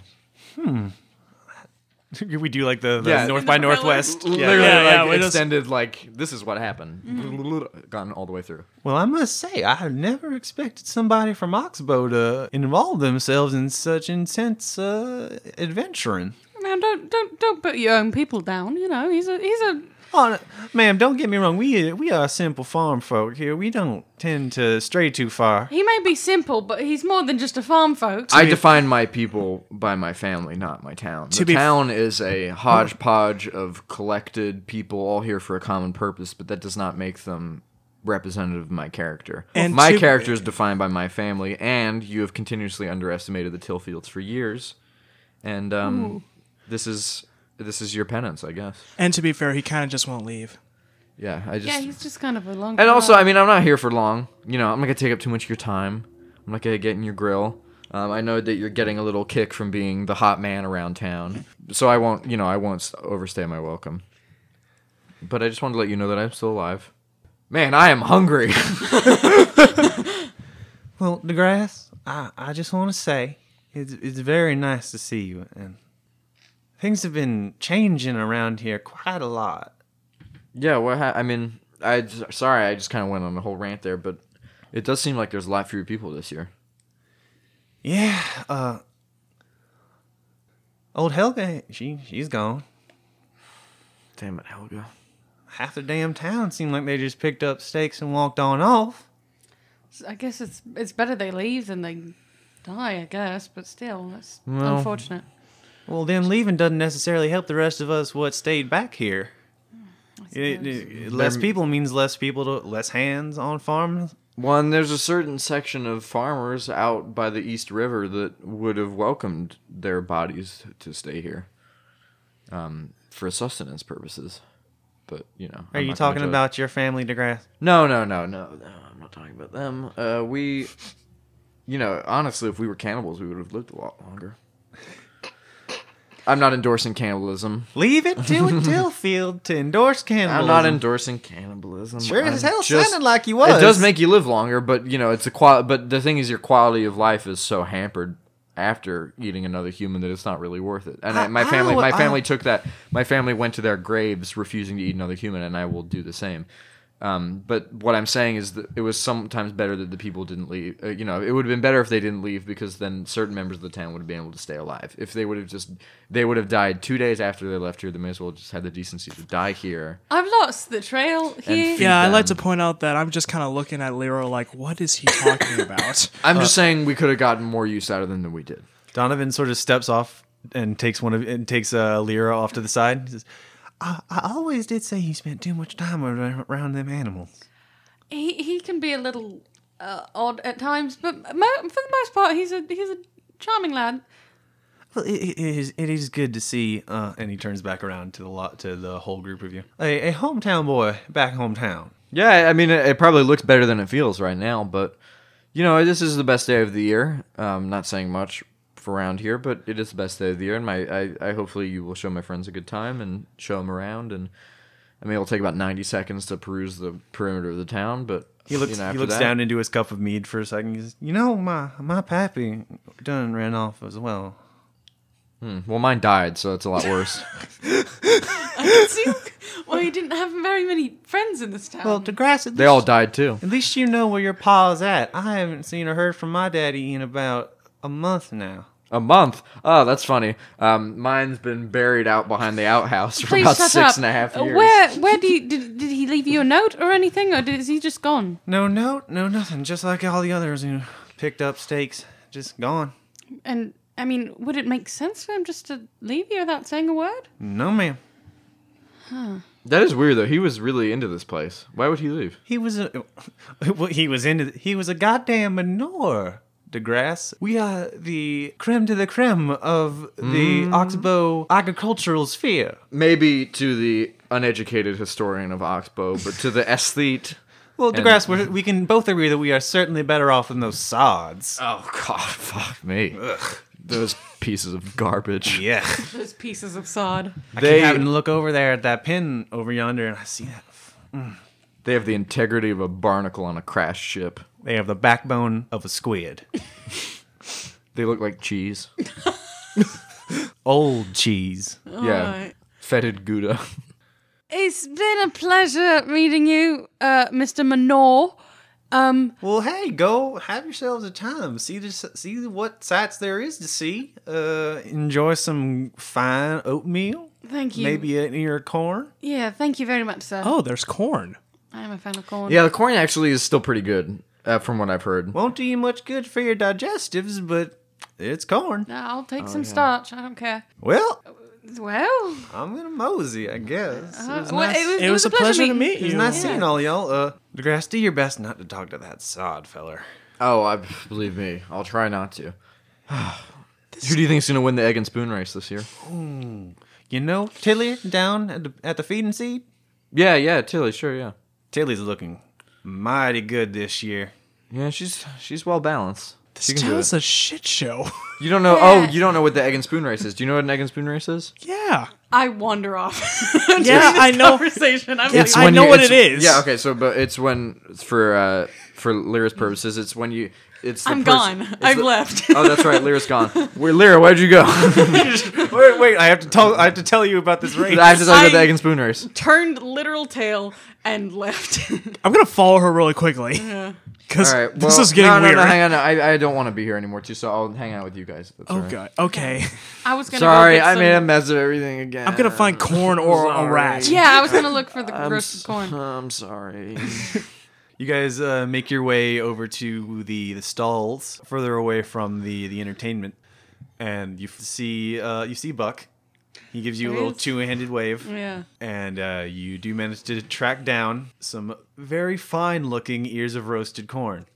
S1: we do like the, the
S5: Yeah.
S1: North by Northwest.
S5: literally
S4: Yeah, yeah,
S5: like Mm-hmm.
S4: we just-
S5: extended like this is what happened gotten all the way through
S1: Well, I must say, I have never expected somebody from Oxbow to involve themselves in such intense uh, adventuring.
S3: Man, don't don't don't put your own people down. You know, he's a he's a
S1: Oh, n- ma'am, don't get me wrong. We we are simple farm folk here. We don't tend to stray too far.
S3: he may be simple, but he's more than just a farm folk.
S5: I define my people by my family, not my town. The
S4: be f-
S5: town is a hodgepodge of collected people all here for a common purpose, but that does not make them representative of my character.
S4: And
S5: my
S4: to-
S5: character is defined by my family, and you have continuously underestimated the Tillfields for years, and um, this is this is your penance, I guess.
S4: and to be fair, he kind of just won't leave.
S5: Yeah, I just
S3: yeah, he's just kind of a long.
S5: and also, I mean, I'm not here for long. You know, I'm not gonna take up too much of your time. I'm not gonna get in your grill. Um, I know that you're getting a little kick from being the hot man around town, so I won't. You know, I won't s- overstay my welcome. But I just wanted to let you know that I'm still alive. Man, I am hungry.
S1: Well, DeGrasse, I, I just want to say it's, it's very nice to see you. And things have been changing around here quite a lot.
S5: yeah, what? Ha- I mean, I j- sorry, I just kind of went on a whole rant there, but it does seem like there's a lot fewer people this year.
S1: Yeah. Uh, old Helga, she she's gone.
S5: Damn it, Helga.
S1: Half the damn town seemed like they just picked up stakes and walked on off.
S3: I guess it's it's better they leave than they die. I guess, but still, that's unfortunate.
S1: Well, them leaving doesn't necessarily help the rest of us what stayed back here. It- it- less people means less people to less hands on farms.
S5: One, there's a certain section of farmers out by the East River that would have welcomed their bodies to stay here um, for sustenance purposes. But, you know.
S1: Are
S5: I'm
S1: you
S5: not gonna
S1: talking
S5: judge.
S1: about your family, DeGrasse?
S5: No, no, no, no, no. I'm not talking about them. Uh, we, you know, honestly, if we were cannibals, we would have lived a lot longer. I'm not endorsing cannibalism.
S1: Leave it to a Dillfield to endorse cannibalism.
S5: I'm not endorsing cannibalism.
S1: Sure as
S5: I'm
S1: hell
S5: just-
S1: sounded like you was.
S5: It does make you live longer, but you know, it's a qual. But the thing is, your quality of life is so hampered after eating another human that it's not really worth it. And I, my
S1: I
S5: family,
S1: would-
S5: my
S1: I-
S5: family took that. My family went to their graves refusing to eat another human, and I will do the same. Um, but what I'm saying is that it was sometimes better that the people didn't leave. Uh, you know, it would have been better if they didn't leave because then certain members of the town would have been able to stay alive. If they would have just, they would have died two days after they left here. They may as well just had the decency to die here.
S3: I've lost the trail here.
S5: feed-
S4: Yeah, I like to
S5: them.
S4: point out that I'm just kind of looking at Lero like, what is he talking about?
S5: I'm just saying we could have gotten more use out of them than we did.
S1: Donovan sort of steps off and takes one of and takes uh, Lyra off to the side. He says, I, "I always did say you spent too much time ar- around them animals."
S3: He he can be a little uh, odd at times, but mo- for the most part, he's a he's a charming lad.
S1: Well, it, it is it is good to see. Uh, and he turns back around to the lot to the whole group of you. A, a hometown boy back hometown.
S5: Yeah, I- I mean, it, it probably looks better than it feels right now, but you know, this is the best day of the year. Um, not saying much for around here, but it is the best day of the year, and my I, I hopefully you will show my friends a good time and show them around, and I mean, it'll take about ninety seconds to peruse the perimeter of the town, but
S1: He looks
S5: you know,
S1: he
S5: after
S1: looks
S5: that-
S1: down into his cup of mead for a second. He says, "You know, my my pappy done ran off as well."
S5: Well, mine died, so it's a lot worse.
S3: See, well, he didn't have very many friends in this town.
S1: Well, DeGrasse, at
S5: they
S1: least-
S5: all died too.
S1: At least you know where your pa's at. I haven't seen or heard from my daddy in about a month now.
S5: A month. Oh, that's funny. Um, mine's been buried out behind the outhouse for
S3: Please
S5: about
S3: shut
S5: six
S3: up.
S5: and a half
S3: Uh,
S5: years.
S3: Where where do you, did did he leave you a note or anything, or did, is he just gone?
S1: No note, no nothing. Just like all the others who picked up stakes, just gone.
S3: And I mean, would it make sense for him just to leave you without saying a word?
S1: No, ma'am.
S5: That is weird though. He was really into this place. Why would he leave?
S1: He was a, well, he was into. He was a goddamn manure. DeGrasse, we are the creme de la creme of the
S5: Mm-hmm.
S1: Oxbow agricultural sphere.
S5: Maybe to the uneducated historian of Oxbow, but to the aesthete.
S1: Well,
S5: And-
S1: DeGrasse, we're, we can both agree that we are certainly better off than those sods.
S5: Oh God, fuck me. Those pieces of garbage.
S1: yeah.
S3: Those pieces of sod.
S1: I
S5: They
S1: happen to look over there at that pin over yonder, and I see that
S5: they have the integrity of a barnacle on a crashed ship.
S1: They have the backbone of a squid.
S5: They look like cheese.
S1: Old cheese.
S5: yeah, fetid Gouda.
S3: It's been a pleasure meeting you, uh, Mr. Manor. Um,
S1: Well, hey, go have yourselves a time. See the, see what sights there is to see. Uh, enjoy some fine oatmeal.
S3: thank you.
S1: Maybe an ear of corn.
S3: Yeah, thank you very much, sir.
S4: oh, there's corn.
S3: I am a fan of corn.
S5: Yeah, the corn actually is still pretty good, uh, from what I've heard.
S1: Won't do you much good for your digestives, but it's corn.
S3: No, I'll
S5: Oh,
S3: take some starch. I don't care.
S1: Well,
S3: Well,
S1: I'm gonna mosey, I guess.
S3: uh,
S1: it was
S3: well,
S1: nice, it was,
S4: It, was, a pleasure to
S3: meeting-
S4: meet you.
S1: nice seeing all y'all. Uh, DeGrasse, do your best not to talk to that sod feller.
S5: Oh, I believe me. I'll try not to. Who do you think's gonna win the egg and spoon race this year?
S1: You know Tilly down at the, at the feeding seed.
S5: Yeah, yeah, Tilly, sure, yeah.
S1: Tilly's looking mighty good this year.
S5: Yeah, she's she's well balanced.
S4: This town's a shit show.
S5: You don't know.
S3: Yeah.
S5: Oh, you don't know what the egg and spoon race is. Do you know what an egg and spoon race is?
S4: yeah.
S3: I wander off.
S4: Yeah, I know.
S3: Conversation. I'm
S4: It's
S3: like,
S4: I know
S5: you-
S4: what
S5: it's-
S4: it is.
S5: Yeah. Okay. So, but it's when it's for uh, for Lyra's purposes. It's when you. It's the
S3: I'm
S5: pers-
S3: gone.
S5: it's
S3: I've
S5: the-
S3: left.
S5: Oh, that's right. Lyra's gone. Where Lyra? Where'd you go?
S1: wait, wait, I have to tell I have to tell you about this race.
S5: I have to talk about the
S3: I-
S5: egg and spoon race.
S3: Turned literal tail and left.
S4: I'm gonna follow her really quickly because
S5: All right. Well,
S4: this is getting
S5: no, no,
S4: weird.
S5: No, hang on. No, I, I don't want to be here anymore too. So I'll hang out with you guys. if That's all
S4: Oh
S5: right.
S4: god. Okay.
S3: I was gonna. go
S5: Sorry,
S3: get
S5: I
S3: some-
S5: made a mess of everything again.
S4: I'm gonna find corn or a rat.
S5: Sorry.
S3: Yeah, I was gonna look for the
S5: I'm,
S3: roasted
S5: s-
S3: corn.
S5: I'm sorry.
S1: You guys uh, make your way over to the, the stalls further away from the, the entertainment, and you f- see uh, you see Buck. He gives you a
S3: There
S1: little
S3: is-
S1: two handed wave,
S3: Yeah.
S1: and uh, you do manage to track down some very fine looking ears of roasted corn.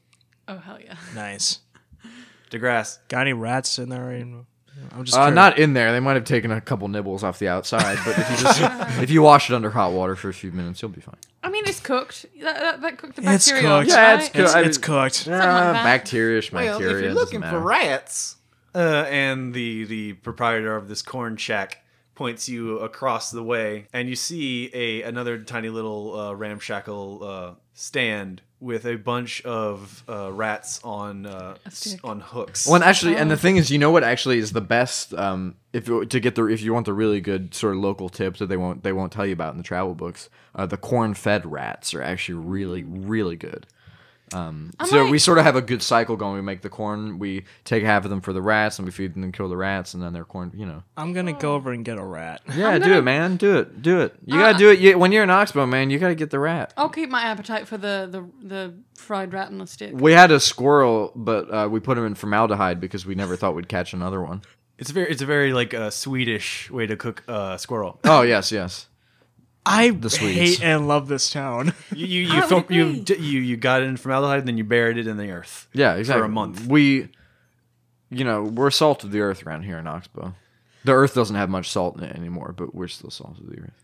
S3: Oh hell yeah.
S4: Nice.
S1: DeGrasse,
S4: Got any rats in there? And- I'm just
S5: Uh,
S4: curious.
S5: not in there. They might have taken a couple nibbles off the outside, but if you just if you wash it under hot water for a few minutes, you'll be fine.
S3: I mean, it's cooked. That, that, that cooked the
S4: It's
S3: bacteria.
S4: cooked.
S5: Yeah, it's
S3: right?
S5: cooked.
S4: It's,
S5: I mean-
S4: it's cooked.
S3: Uh, like that.
S5: bacteria, bacteria. doesn't matter.
S1: rats, uh, and the the proprietor of this corn shack points you across the way, and you see a another tiny little uh, ramshackle uh, stand with a bunch of uh, rats on uh, s- on hooks.
S5: Well, and actually,
S3: uh,
S5: and the thing is, you know what actually is the best um, if you- to get the if you want the really good sort of local tips that they won't they won't tell you about in the travel books. Uh, the corn fed rats are actually really really good. Um, so
S3: might-
S5: we sort of have a good cycle going. We make the corn, we take half of them for the rats, and we feed them and kill the rats, and then they're corn. You know.
S4: I'm gonna go over and get a rat.
S5: Yeah, do it, man. Do it. Do it. You gotta do it. You, when you're an oxbow, man, you gotta get the rat.
S3: I'll keep my appetite for the the, the fried rat on a stick.
S5: We had a squirrel, but uh, we put him in formaldehyde because we never thought we'd catch another one.
S1: it's very it's a very like uh, Swedish way to cook uh, squirrel.
S5: Oh yes, yes.
S4: I
S5: Swedes.
S4: hate and love this town.
S1: You you
S3: I
S1: you
S3: would
S1: fil- you,
S3: agree.
S1: d- you you got it in formaldehyde, and then you buried it in the earth.
S5: Yeah, exactly.
S1: For a month.
S5: We, you know, we're salt of the earth around here in Oxbow. The earth doesn't have much salt in it anymore, but we're still salt of the earth.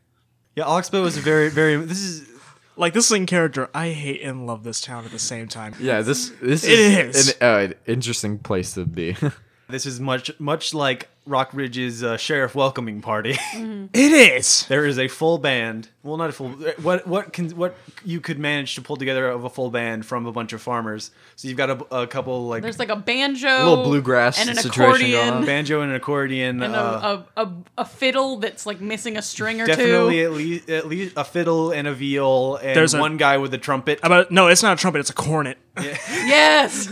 S1: Yeah, Oxbow is a very very. This is
S4: like this in character, I hate and love this town at the same time.
S5: Yeah, this this
S4: It is is.
S5: an interesting place to be.
S1: this is much much like Rockridge's uh, sheriff welcoming party.
S4: It is.
S1: There is a full band. Well, not a full. What what can what you could manage to pull together of a full band from a bunch of farmers. So you've got a, a couple like
S3: There's like a banjo,
S5: little bluegrass
S3: and an
S5: situation going
S3: accordion,
S5: on.
S1: banjo and an accordion.
S3: and
S1: uh,
S3: a, a, a, a fiddle that's like missing a string or
S1: definitely
S3: two.
S1: at least at least a fiddle and a viol and
S4: There's a-
S1: one guy with a trumpet
S4: How About no, it's not a trumpet. It's a cornet.
S3: Yes.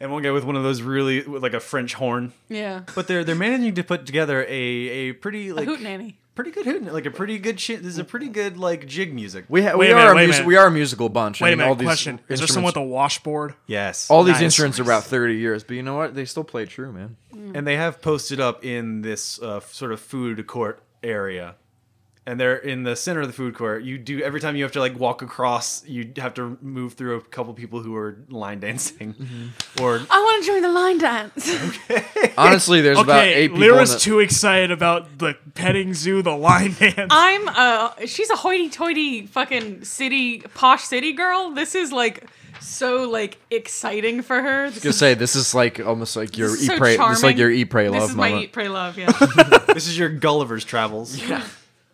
S1: and one guy with one of those really with like a French horn.
S3: Yeah.
S1: But they're they're managing to put together a a pretty like
S3: Hoot nanny.
S1: pretty good hoot like a pretty good shit. This is a pretty good like jig music.
S5: We ha-
S4: Wait
S5: we
S4: a minute,
S5: are
S4: wait
S5: a
S4: a
S5: mus-
S4: minute.
S5: we are a musical bunch. I
S4: Wait a
S5: mean, all
S4: minute.
S5: these
S4: Question: Is there someone with
S5: instruments-
S4: a washboard?
S1: yes,
S5: all these
S4: Nice.
S5: instruments are about 30 years, but you know what? They still play true, man.
S1: and they have posted up in this uh, sort of food court area and they're in the center of the food court you do every time you have to like walk across you have to move through a couple people who are line dancing or
S3: I want to join the line dance.
S5: Honestly, there's about
S4: Okay,
S5: eight people.
S4: Lyra's
S5: in the-
S4: too excited about the petting zoo, the line dance.
S3: I'm uh she's a hoity-toity fucking city posh city girl. This is like so like exciting for her. This
S5: gonna
S3: is
S5: say this is like almost like your
S3: This is
S5: eat
S3: so
S5: pray. This is like
S3: charming.
S5: your eat pray
S3: this
S5: love
S3: is my
S5: moment.
S3: eat pray love, yeah.
S1: this is your gulliver's travels yeah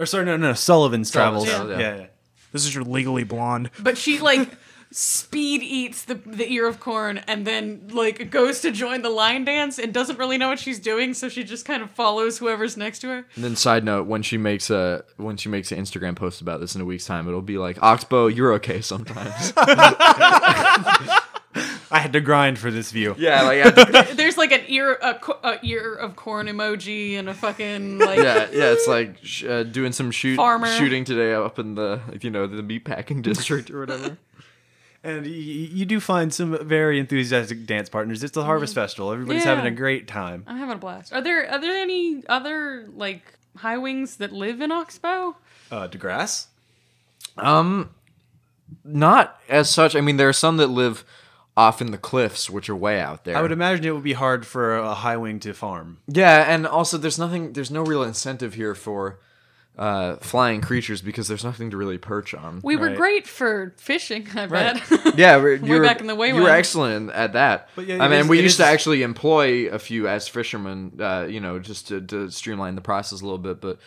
S1: or sorry no no sullivan's travels
S5: Sullivan's Travels,
S1: yeah.
S5: yeah.
S1: yeah
S4: this is your legally blonde.
S3: but she like speed eats the the ear of corn and then like goes to join the line dance and doesn't really know what she's doing, so she just kind of follows whoever's next to her.
S5: and then side note, when she makes a when she makes an Instagram post about this in a week's time, it'll be like Oxbow, you're okay sometimes.
S1: i had to grind for this view
S5: yeah, like
S3: There's like an ear a, co- a ear of corn emoji and a fucking like
S5: yeah, yeah. It's like sh- uh, doing some shoot
S3: Farmer.
S5: shooting today up in the you know the meatpacking district or whatever.
S1: and y- y- you do find some very enthusiastic dance partners it's the harvest festival everybody's
S3: Yeah.
S1: having a great time
S3: I'm having a blast. Are there are there any other like high wings that live in Oxbow?
S1: uh degrasse
S5: Um, not as such. I mean, there are some that live off in the cliffs, which are way out there.
S1: i would imagine it would be hard for a high wing to farm
S5: Yeah, and also there's nothing, there's no real incentive here for uh, flying creatures because there's nothing to really perch on.
S3: We were great for fishing, I bet.
S5: yeah, we're, you were,
S3: back in the way
S5: you
S3: when-
S5: were excellent in- at that.
S1: But yeah, it
S5: I mean,
S1: is-
S5: we
S1: it
S5: used to
S1: is-
S5: actually employ a few as fishermen, uh, you know, just to, to streamline the process a little bit. But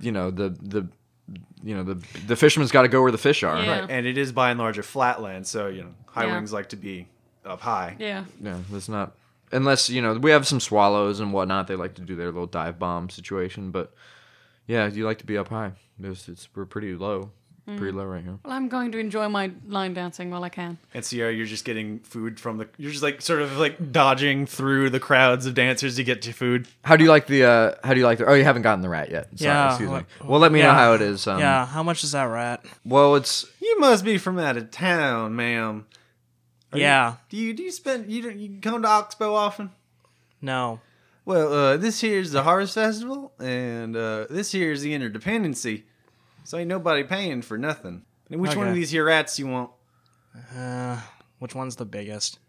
S5: you know, the the you know, the the fisherman's got to go where the fish are.
S3: Yeah.
S1: and it is by and large a flatland, so you know high
S3: Yeah.
S1: wings like to be up high.
S3: Yeah.
S5: Yeah, that's not unless you know we have some swallows and whatnot. They like to do their little dive bomb situation, but yeah, you like to be up high. There's, it's we're pretty low,
S4: Mm.
S5: pretty low right here.
S3: Well, I'm going to enjoy my line dancing while I can.
S1: And Sierra, you're just getting food from the. You're just like sort of like dodging through the crowds of dancers to get to food.
S5: How do you like the? uh How do you like the? Oh, you haven't gotten the rat yet. Sorry,
S4: Yeah,
S5: excuse me.
S4: what-
S5: Well, let me know
S4: yeah.
S5: how it is. Um,
S4: yeah, how much is that rat?
S5: Well, it's
S1: You must be from out of town, ma'am.
S4: yeah,
S1: Do you do you spend you don't- you come to Oxbow often?
S4: no.
S1: Well, uh, this here's the Harvest Festival, and uh, this here's the Interdependency. So ain't nobody paying for nothing. And which one of
S4: Okay.
S1: these here rats you want?
S4: Uh, which one's the biggest?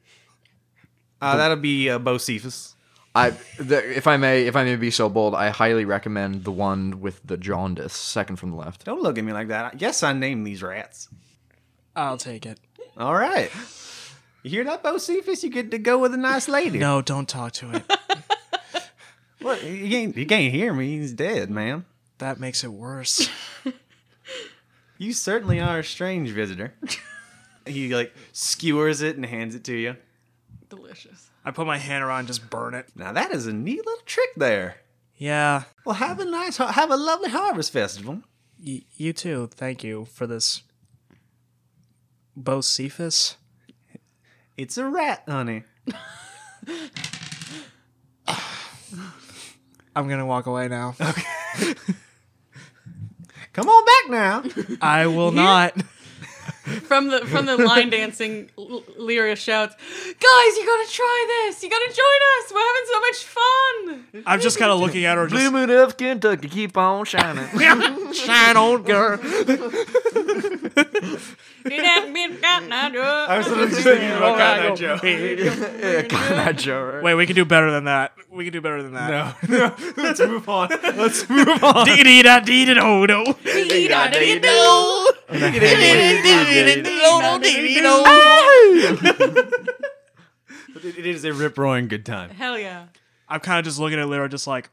S1: Uh, that'll be uh, Bocephus.
S5: I. The, if I may, if I may be so bold, I highly recommend the one with the jaundice, second from the left.
S1: Don't look at me like that. Yes, I named these rats.
S4: I'll take it.
S1: All right. You hear that, Bocephus? You get to go with a nice lady.
S4: No, don't talk to it.
S1: What? You can't, you can't hear me. He's dead, ma'am.
S4: that makes it worse.
S1: You certainly are a strange visitor. he like skewers it and hands it to you.
S3: Delicious.
S4: I put my hand around and just burn it.
S1: Now that is a neat little trick there.
S4: Yeah,
S1: Well, have a nice, har- have a lovely harvest festival.
S4: y- you too. Thank you for this. Bo Cephas?
S1: It's a rat, honey.
S4: I'm gonna walk away now.
S1: Come on back now.
S4: I will not.
S3: From the from the line dancing, L- Lyria shouts, "Guys, you gotta try this. You gotta join us. We're having so much fun."
S4: I'm just kind of looking at her. Just,
S5: moon of Kentucky, keep on shining.
S4: shine on, girl.
S3: It hadn't been gotten out of-
S5: Not sure.
S4: Wait, we can do better than that. We can do better than that. No.
S1: Let's move on. Let's
S4: Dee da dee da do do.
S1: It is a rip roaring good time.
S3: Hell yeah.
S4: I'm kind of just looking at Lyra, just like,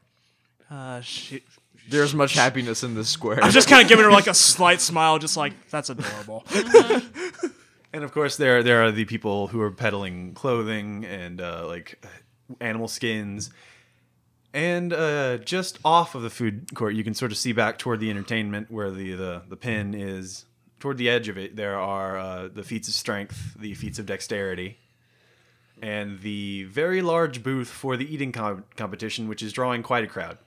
S4: uh, shit.
S5: There's much happiness in this square.
S4: I'm just kind of giving her like a slight smile, just like that's adorable.
S1: And of course, there there are the people who are peddling clothing and uh, like animal skins. And uh, just off of the food court, you can sort of see back toward the entertainment where the the, the pin is. Toward the edge of it, there are uh, the feats of strength, the feats of dexterity, and the very large booth for the eating com- competition, which is drawing quite a crowd.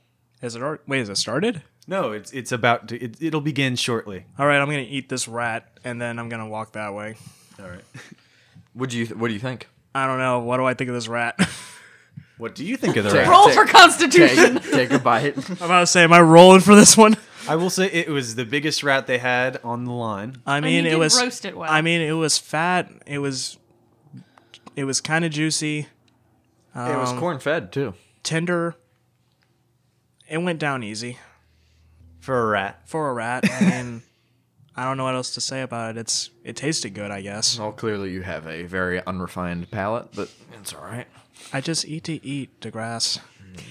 S4: Is it? Already, wait, is it started?
S1: No, it's it's about to. It, it'll begin shortly.
S4: All right, I'm gonna eat this rat, and then I'm gonna walk that way.
S1: All right.
S5: What do you What do you think?
S4: I don't know. What do I think of this rat?
S1: What do you think of the
S5: Take-
S1: rat?
S3: Roll
S5: take-
S3: for Constitution.
S5: Take, take a bite.
S4: I'm about to say, am I rolling for this one?
S1: I will say it was the biggest rat they had on the line.
S4: I mean,
S3: you
S4: it
S3: did
S4: was.
S3: roast it well.
S4: I mean, it was fat. It was. It was kind of juicy,
S5: it
S4: Um,
S5: was corn fed too.
S4: tender. It went down easy
S1: for a rat.
S4: for a rat. I mean, I don't know what else to say about it. It's it tasted good, I guess.
S5: Well, clearly you have a very unrefined palate, but it's all right.
S4: I just eat to eat, DeGrasse.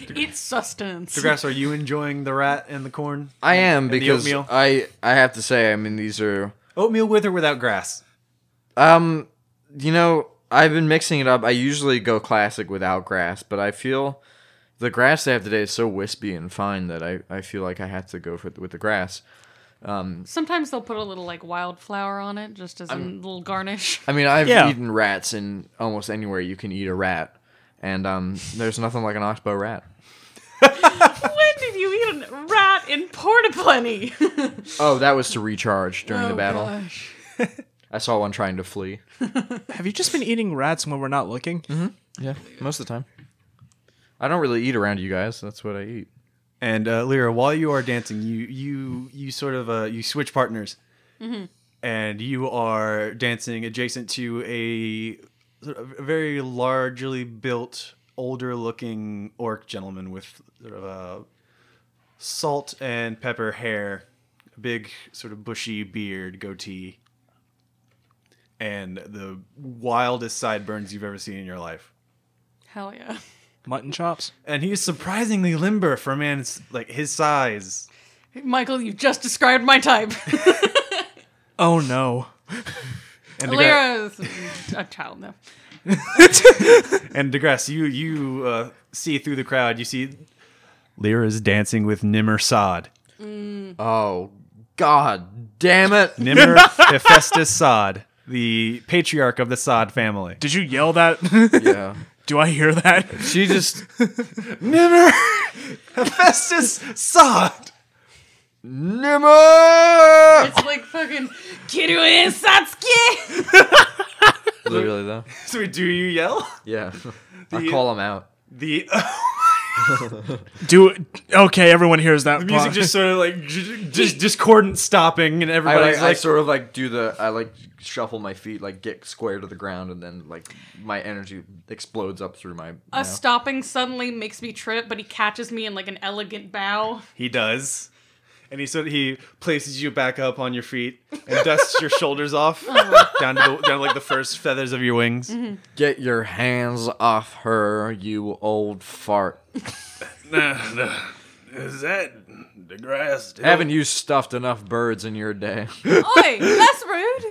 S3: It's sustenance.
S1: DeGrasse, are you enjoying the rat and the corn?
S5: I am
S1: the
S5: because
S1: oatmeal?
S5: I I have to say I mean these are
S1: Oatmeal with or without grass?
S5: um you know I've been mixing it up. I usually go classic without grass, but I feel the grass they have today is so wispy and fine that I, I feel like I have to go for, with the grass.
S3: Sometimes they'll put a little like wildflower on it just as a little garnish.
S5: I mean, I've
S4: Yeah.
S5: eaten rats in almost anywhere you can eat a rat, and um, there's nothing like an oxbow rat.
S3: when did you eat a rat in Porta Plenty?
S5: Oh, that was to recharge during the battle.
S3: Gosh.
S5: I saw one trying to flee.
S4: Have you just been eating rats when we're not looking?
S3: Mm-hmm.
S5: Yeah, most of the time. I don't really eat around you guys. That's what I eat.
S1: And uh, Lyra, while you are dancing, you you you sort of uh, you switch partners, and you are dancing adjacent to a, sort of a very largely built, older-looking orc gentleman with sort of uh, salt and pepper hair, a big sort of bushy beard, goatee, and the wildest sideburns you've ever seen in your life.
S3: Hell yeah.
S4: Mutton chops.
S1: and he's surprisingly limber for a man's like his size.
S3: Michael, you've just described my type.
S4: Oh no.
S2: And, DeGra-
S3: Lyra is a child now.
S1: And DeGrasse, you you uh, see through the crowd. You see Lyra's dancing with Nimr Saad.
S5: Oh, god damn it.
S1: Nimr Hephaestus Saad, the patriarch of the Saad family.
S4: Did you yell that?
S5: yeah.
S4: Do I hear that?
S5: She just
S1: Nimr Hephaestus Saad.
S5: Nimmer
S3: It's like fucking Kiru and Satsuki.
S5: Literally though.
S1: So do you yell?
S5: Yeah. I call him out.
S1: The uh,
S4: Do okay. Everyone hears that.
S1: the music
S4: part.
S1: just sort of like j- just discordant stopping, and
S5: I
S1: everybody's
S5: like, I
S1: like,
S5: sort of like do the I like shuffle my feet like get square to the ground and then like my energy explodes up through my
S3: Us stopping suddenly makes me trip, but he catches me in like an elegant bow.
S1: he does. And he sort of, he places you back up on your feet and dusts your shoulders off down to the, down to like the first feathers of your wings.
S5: Get your hands off her, you old fart.
S2: Is that DeGrasse?
S5: Haven't you stuffed enough birds in your day?
S3: Oi, that's rude.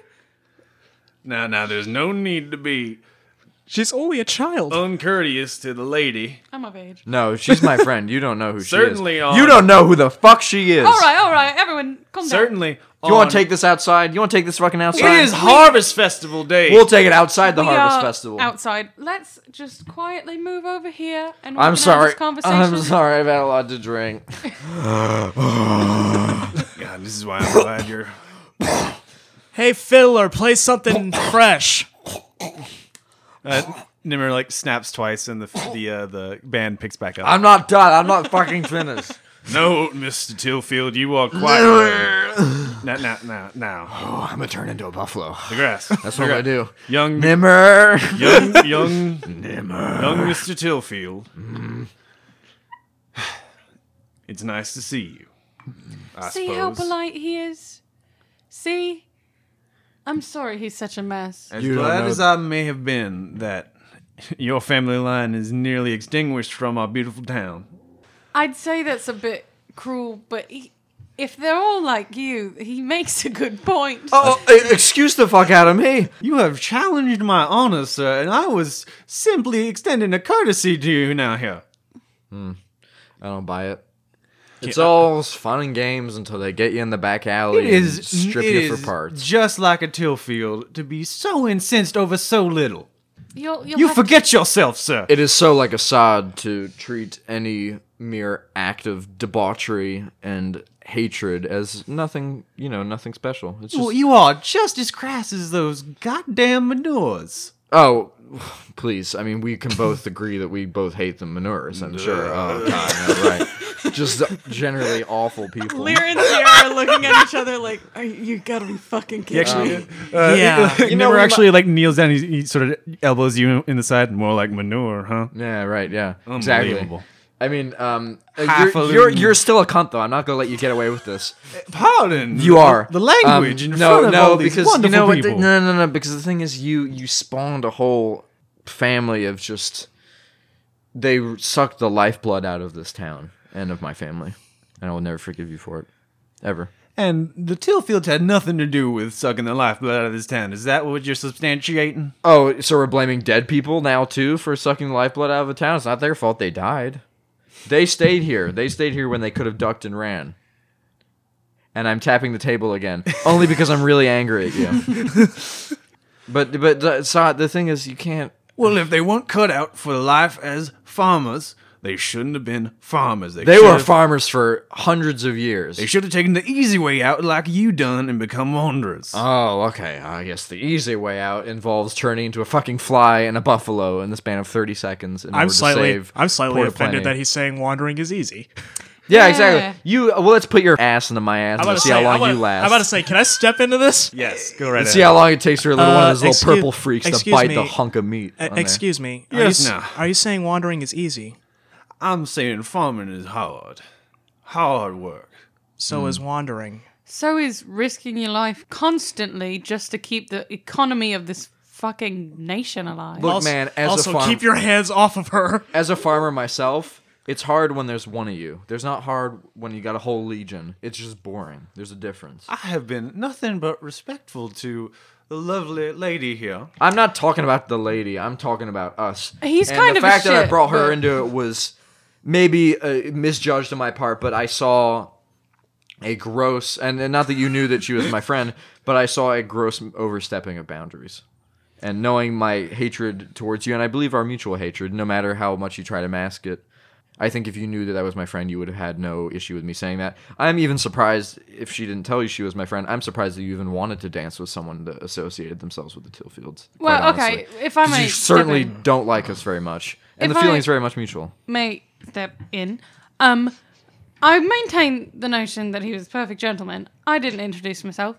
S2: Now, now, there's no need to be
S4: She's only a child.
S1: Oh.
S2: uncourteous to the lady.
S3: I'm of age.
S5: No, she's my friend. You don't know who she is.
S2: Certainly on-
S5: You don't know who the fuck she is.
S3: All right, all right, everyone, calm
S1: Certainly,
S5: You want
S1: on-
S5: to take this outside? You want to take this fucking outside?
S2: It is Harvest Festival Day.
S5: We'll take it outside the
S3: down. We
S5: Harvest
S3: are
S5: Festival.
S3: Outside. Let's just quietly move over here and we can
S5: I'm
S3: Have
S5: sorry.
S3: this conversation.
S5: I'm sorry. I've had a lot to drink.
S1: God, this is why I'm glad you're.
S4: Hey fiddler, play something fresh.
S1: Uh, Nimmer like snaps twice, and the the uh, the band picks back up.
S5: I'm not done. I'm not fucking finished.
S2: No, Mr. Tillfield, you are quite
S1: Now, now, now, now,
S5: Oh, I'm gonna turn into a buffalo.
S1: the grass.
S5: That's what I do.
S1: Young,
S5: Nimmer.
S1: young, young, young Mr. Tillfield.
S5: Mm.
S1: It's nice to see you. I
S3: See how
S2: suppose.
S3: polite he is? See? I'm sorry he's such a mess.
S1: As
S5: You don't
S1: glad
S5: know-
S1: as I may have been that your family line is nearly extinguished from our beautiful town.
S3: I'd say that's a bit cruel, but he, if they're all like you, he makes a good point.
S5: Oh, e- excuse the fuck out of me.
S1: You have challenged my honor, sir, and I was simply extending a courtesy to you now here.
S5: I don't buy it. It's all fun and games until they get you in the back alley
S1: It is
S5: and strip
S1: it
S5: you
S1: is
S5: for parts.
S1: Just like a Tillfield to be so incensed over so little.
S3: You'll, you'll
S1: You
S3: have
S1: forget yourself, sir.
S5: It is so like Assad to treat any mere act of debauchery and hatred as nothing, you know, nothing special. It's just,
S1: well, you are just as crass as those goddamn manures.
S5: oh, please. I mean, we can both agree that we both hate the manures, I'm sure. Oh, God, yeah, right. Just generally awful people.
S3: Lear and Sierra are looking at each other like, "Are you- you gotta be fucking kidding me.
S1: Um,
S4: yeah.
S1: You
S5: uh, know,
S1: never
S5: we mi-
S1: actually like kneels down. He, he sort of elbows you in the side, more like manure, huh?
S5: Yeah, right. Yeah, exactly.
S1: Unbelievable.
S5: I mean, um,
S1: Half
S5: you're,
S1: a
S5: you're
S1: loon.
S5: you're still a cunt though. I'm not gonna let you get away with this.
S1: Pardon.
S5: You
S1: the-
S5: are
S1: the language
S5: Um,
S1: in
S5: no,
S1: front of
S5: no,
S1: all these
S5: because
S1: wonderful
S5: you know what the-
S1: people.
S5: no, no, no. Because the thing is, you you spawned a whole family of just they sucked the lifeblood out of this town and of my family, and I will never forgive you for it, ever.
S1: And the Tillfields had nothing to do with sucking the lifeblood out of this town. Is that what you're substantiating?
S5: Oh, so we're blaming dead people now too for sucking the lifeblood out of a town. It's not their fault they died. They stayed here. They stayed here when they could have ducked and ran. And I'm tapping the table again, only because I'm really angry at you. but but the, so the thing is, you can't.
S1: Well, if they weren't cut out for life as farmers, they shouldn't have been farmers.
S5: They were
S1: farmers.
S5: farmers for hundreds of years.
S1: They should have taken the easy way out like you done and become wanderers.
S5: Oh, okay. I guess the easy way out involves turning into a fucking fly and a buffalo in the span of thirty seconds. In
S4: I'm
S5: order to
S4: slightly,
S5: save
S4: I'm slightly
S5: Porta
S4: offended
S5: Plane.
S4: that he's saying wandering is easy.
S5: Yeah,
S3: Yeah.
S5: exactly. You uh, well, let's put your ass into my ass
S4: I'm about
S5: and
S4: to
S5: see
S4: say,
S5: how long
S4: I'm about,
S5: you last.
S4: I'm about to say, can I step into this?
S1: yes, go right
S5: Let's see how long it takes for a little one
S4: Uh,
S5: of those little
S4: excuse-
S5: purple freaks to
S4: excuse
S5: bite
S4: me.
S5: the hunk of meat.
S4: Uh,
S5: on there.
S4: excuse me. Are
S1: Yes,
S4: you, s-
S1: no.
S4: Are you saying wandering is easy?
S1: I'm saying farming is hard. Hard work.
S5: Hmm.
S4: So is wandering.
S3: So is risking your life constantly just to keep the economy of this fucking nation alive.
S5: Look,
S4: Also,
S5: man, as a
S4: also
S5: farm-
S4: keep your hands off of her.
S5: As a farmer myself, It's hard when there's one of you. There's not hard when you got a whole legion. It's just boring. There's a difference.
S1: I have been nothing but respectful to the lovely lady here.
S5: I'm not talking about the lady. I'm talking about us.
S3: He's
S5: and
S3: kind
S5: the
S3: of a
S5: fact that I
S3: shit,
S5: brought her
S3: but-
S5: into it was maybe uh, misjudged on my part, but I saw a gross and, and not that you knew that she was my friend, but I saw a gross overstepping of boundaries. And knowing my hatred towards you, and I believe our mutual hatred, no matter how much you try to mask it, I think if you knew that I was my friend, you would have had no issue with me saying that. I'm even surprised if she didn't tell you she was my friend. I'm surprised that you even wanted to dance with someone that associated themselves with the Tillfields. quite
S3: Well, okay,
S5: honestly.
S3: if I
S5: 'Cause
S3: might
S5: you
S3: step
S5: certainly
S3: in.
S5: don't like us very much, and
S3: If
S5: the
S3: I-
S5: feeling's very much mutual.
S3: may step in. Um, I maintain the notion that he was a perfect gentleman. I didn't introduce myself.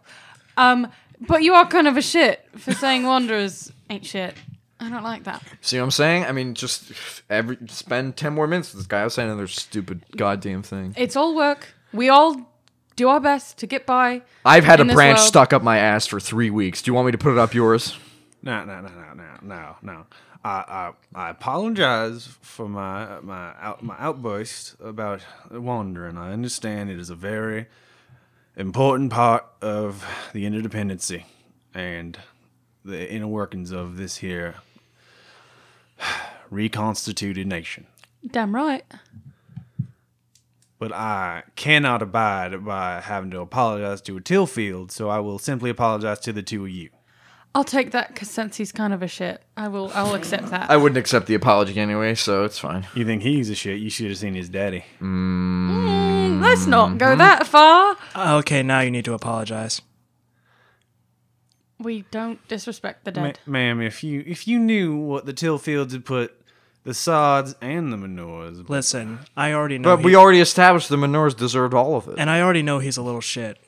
S3: Um, but you are kind of a shit for saying wanderers ain't shit. I don't like that.
S5: See what I'm saying? I mean, just every spend ten more minutes with this guy. I was saying another stupid goddamn thing.
S3: It's all work. We all do our best to get by.
S5: I've had
S3: In
S5: a
S3: this
S5: branch
S3: world-
S5: stuck up my ass for three weeks. Do you want me to put it up yours?
S1: No, no, no, no, no, no, no. I, I, I apologize for my my out, my outburst about wandering. I understand it is a very important part of the interdependency and the inner workings of this here reconstituted nation.
S3: Damn right.
S1: But I cannot abide by having to apologize to a Tillfield, so I will simply apologize to the two of you.
S3: I'll take that because since he's kind of a shit, I will. I'll accept that.
S5: I wouldn't accept the apology anyway, so it's fine.
S1: You think he's a shit? You should have seen his daddy.
S3: Mm, Let's not go that far.
S4: Uh, Okay, now you need to apologize.
S3: We don't disrespect the
S1: Ma-
S3: dead.
S1: ma'am, if you if you knew what the till fields had put the sods and the manures,
S4: Listen, I already know.
S5: But
S4: he-
S5: we already established the Menors deserved all of it.
S4: and I already know he's a little shit.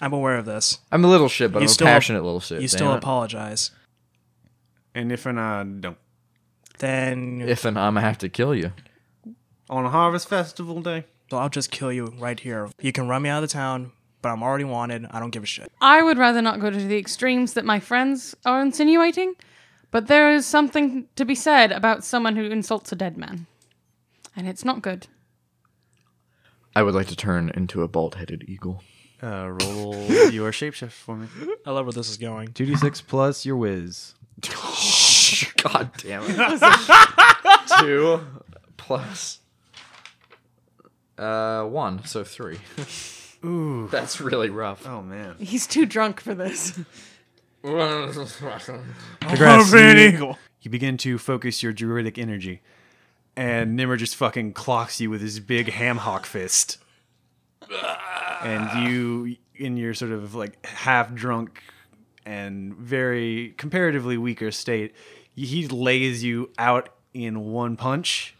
S4: I'm aware of this.
S5: I'm a little shit, but
S4: You
S5: I'm
S4: still-
S5: a passionate little shit.
S4: you
S5: damn
S4: still
S5: it.
S4: apologize.
S1: and if and I don't
S4: Then
S5: If and I'm gonna have to kill you.
S1: on a harvest festival day,
S4: so I'll just kill you right here. You can run me out of town, but I'm already wanted. I don't give a shit.
S3: I would rather not go to the extremes that my friends are insinuating, but there is something to be said about someone who insults a dead man. And it's not good.
S5: I would like to turn into a bald-headed eagle.
S1: uh, roll your shapeshift for me.
S4: I love where this is going.
S2: Two d six plus your whiz.
S5: God damn it! Two plus uh one, so three. Ooh, that's really rough.
S1: Oh man,
S3: He's too drunk for this.
S1: Congrats.
S4: eagle.
S1: you begin to focus your druidic energy, and Nimmer just fucking clocks you with his big ham hock fist, and you in your sort of like half drunk and very comparatively weaker state, he lays you out in one punch.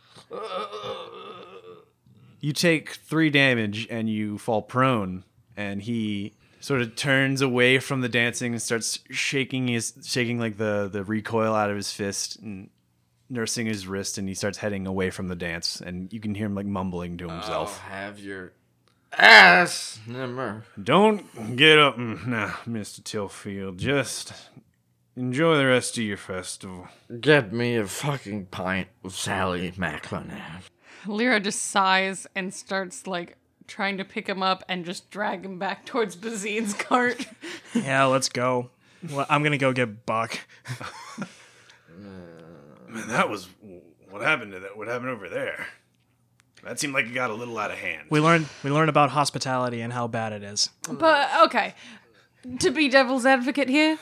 S1: You take three damage and you fall prone, and he sort of turns away from the dancing and starts shaking his shaking like the the recoil out of his fist and nursing his wrist and he starts heading away from the dance and you can hear him like mumbling to himself
S5: Have your ass number.
S1: Don't get up and- now, Mr. Tillfield. Just enjoy the rest of your festival.
S5: Get me a fucking pint of Sally McLennan.
S3: Lyra just sighs and starts like trying to pick him up and just drag him back towards Bazine's cart.
S4: Yeah, let's go. Well, I'm gonna go get Buck.
S1: Man, that was what happened to that. What happened over there? That seemed like it got a little out of hand.
S4: We learned we learned about hospitality and how bad it is.
S3: But okay, to be devil's advocate here,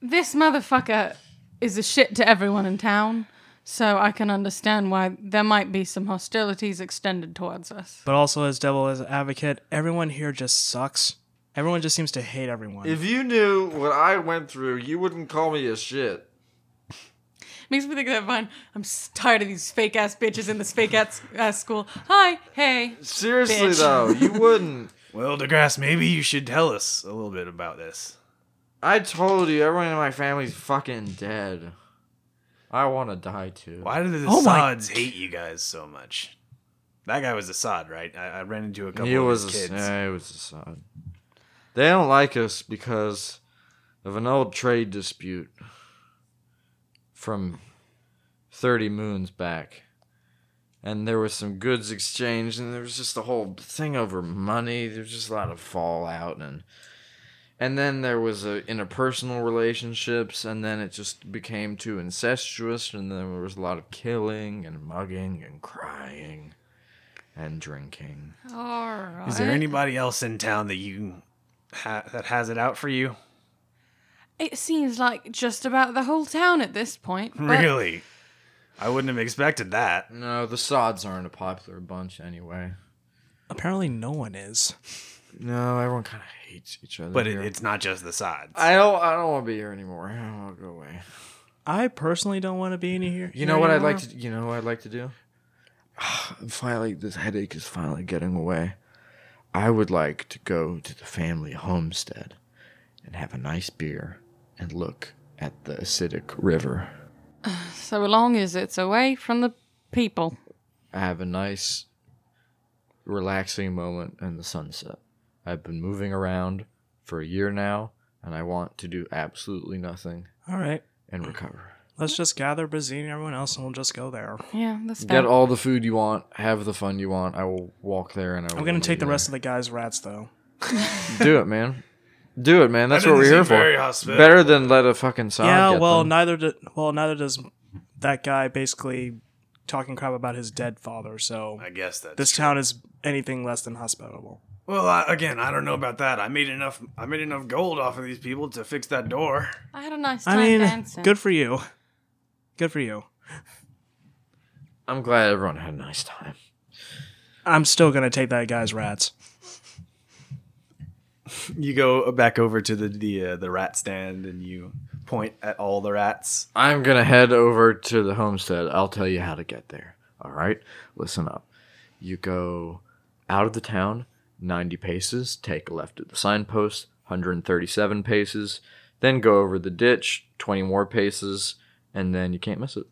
S3: this motherfucker is a shit to everyone in town, so I can understand why there might be some hostilities extended towards us.
S4: But also as devil as advocate, everyone here just sucks. Everyone just seems to hate everyone.
S5: If you knew what I went through, you wouldn't call me a shit.
S3: Makes me think of that vine. I'm s- tired of these fake ass bitches in this fake ass, ass school. Hi, hey.
S5: Seriously
S3: Bitch.
S5: though, you wouldn't.
S1: well, DeGrasse, maybe you should tell us a little bit about this.
S5: I told you, everyone in my family's fucking dead. I want to die too.
S1: Why do the
S4: Oh my-
S1: sods hate you guys so much? That guy was a sod, right? I, I ran into a couple
S5: He
S1: of
S5: was a,
S1: his kids.
S5: yeah, he was a sod. They don't like us because of an old trade dispute from 30 moons back. and there was some goods exchange, and there was just a whole thing over money. There's just a lot of fallout, and and then there was a interpersonal relationships, and then it just became too incestuous, and then there was a lot of killing and mugging and crying and drinking.
S3: All right.
S1: Is there anybody else in town that you ha- that has it out for you?
S3: It seems like just about the whole town at this point. but-
S1: Really? I wouldn't have expected that.
S5: No, the sods aren't a popular bunch anyway.
S4: Apparently, no one is.
S5: No, everyone kind of hates each other.
S1: But it,
S5: here.
S1: it's not just the sides.
S5: I don't. I don't want to be here anymore. I want to go away.
S4: I personally don't want to be in here.
S5: You know what I'd like to. You know what I'd like to do. I'm finally, this headache is finally getting away. I would like to go to the family homestead and have a nice beer and look at the acidic river.
S3: So long as it's away from the people.
S5: I have a nice, relaxing moment in the sunset. I've been moving around for a year now, and I want to do absolutely nothing
S4: All right,
S5: and recover.
S4: let's just gather Bazine and everyone else, and we'll just go there.
S3: Yeah, that's
S5: Get all the food you want, have the fun you want. I will walk there, and I will
S4: I'm gonna
S5: leave
S4: take the
S5: there.
S4: rest of the guys' rats though.
S5: Do it, man. Do it, man. That's what we're
S1: doesn't
S5: here
S1: seem very
S5: for.
S1: hospitable.
S5: Better than let a fucking sod.
S4: yeah,
S5: get
S4: well,
S5: them.
S4: neither do, well neither does that guy basically talking crap about his dead father. So
S1: I guess that's
S4: this town is anything less than hospitable.
S1: Well, I, again, I don't know about that. I made enough. I made enough gold off of these people to fix that door.
S3: I had a nice
S4: I
S3: time
S4: mean,
S3: dancing.
S4: good for you. Good for you.
S5: I'm glad everyone had a nice time.
S4: I'm still gonna take that guy's rats.
S1: You go back over to the the uh, the rat stand and you point at all the rats.
S5: I'm gonna head over to the homestead. I'll tell you how to get there. All right, listen up. You go out of the town, 90 paces, take a left at the signpost, 137 paces, then go over the ditch, 20 more paces, and then you can't miss it.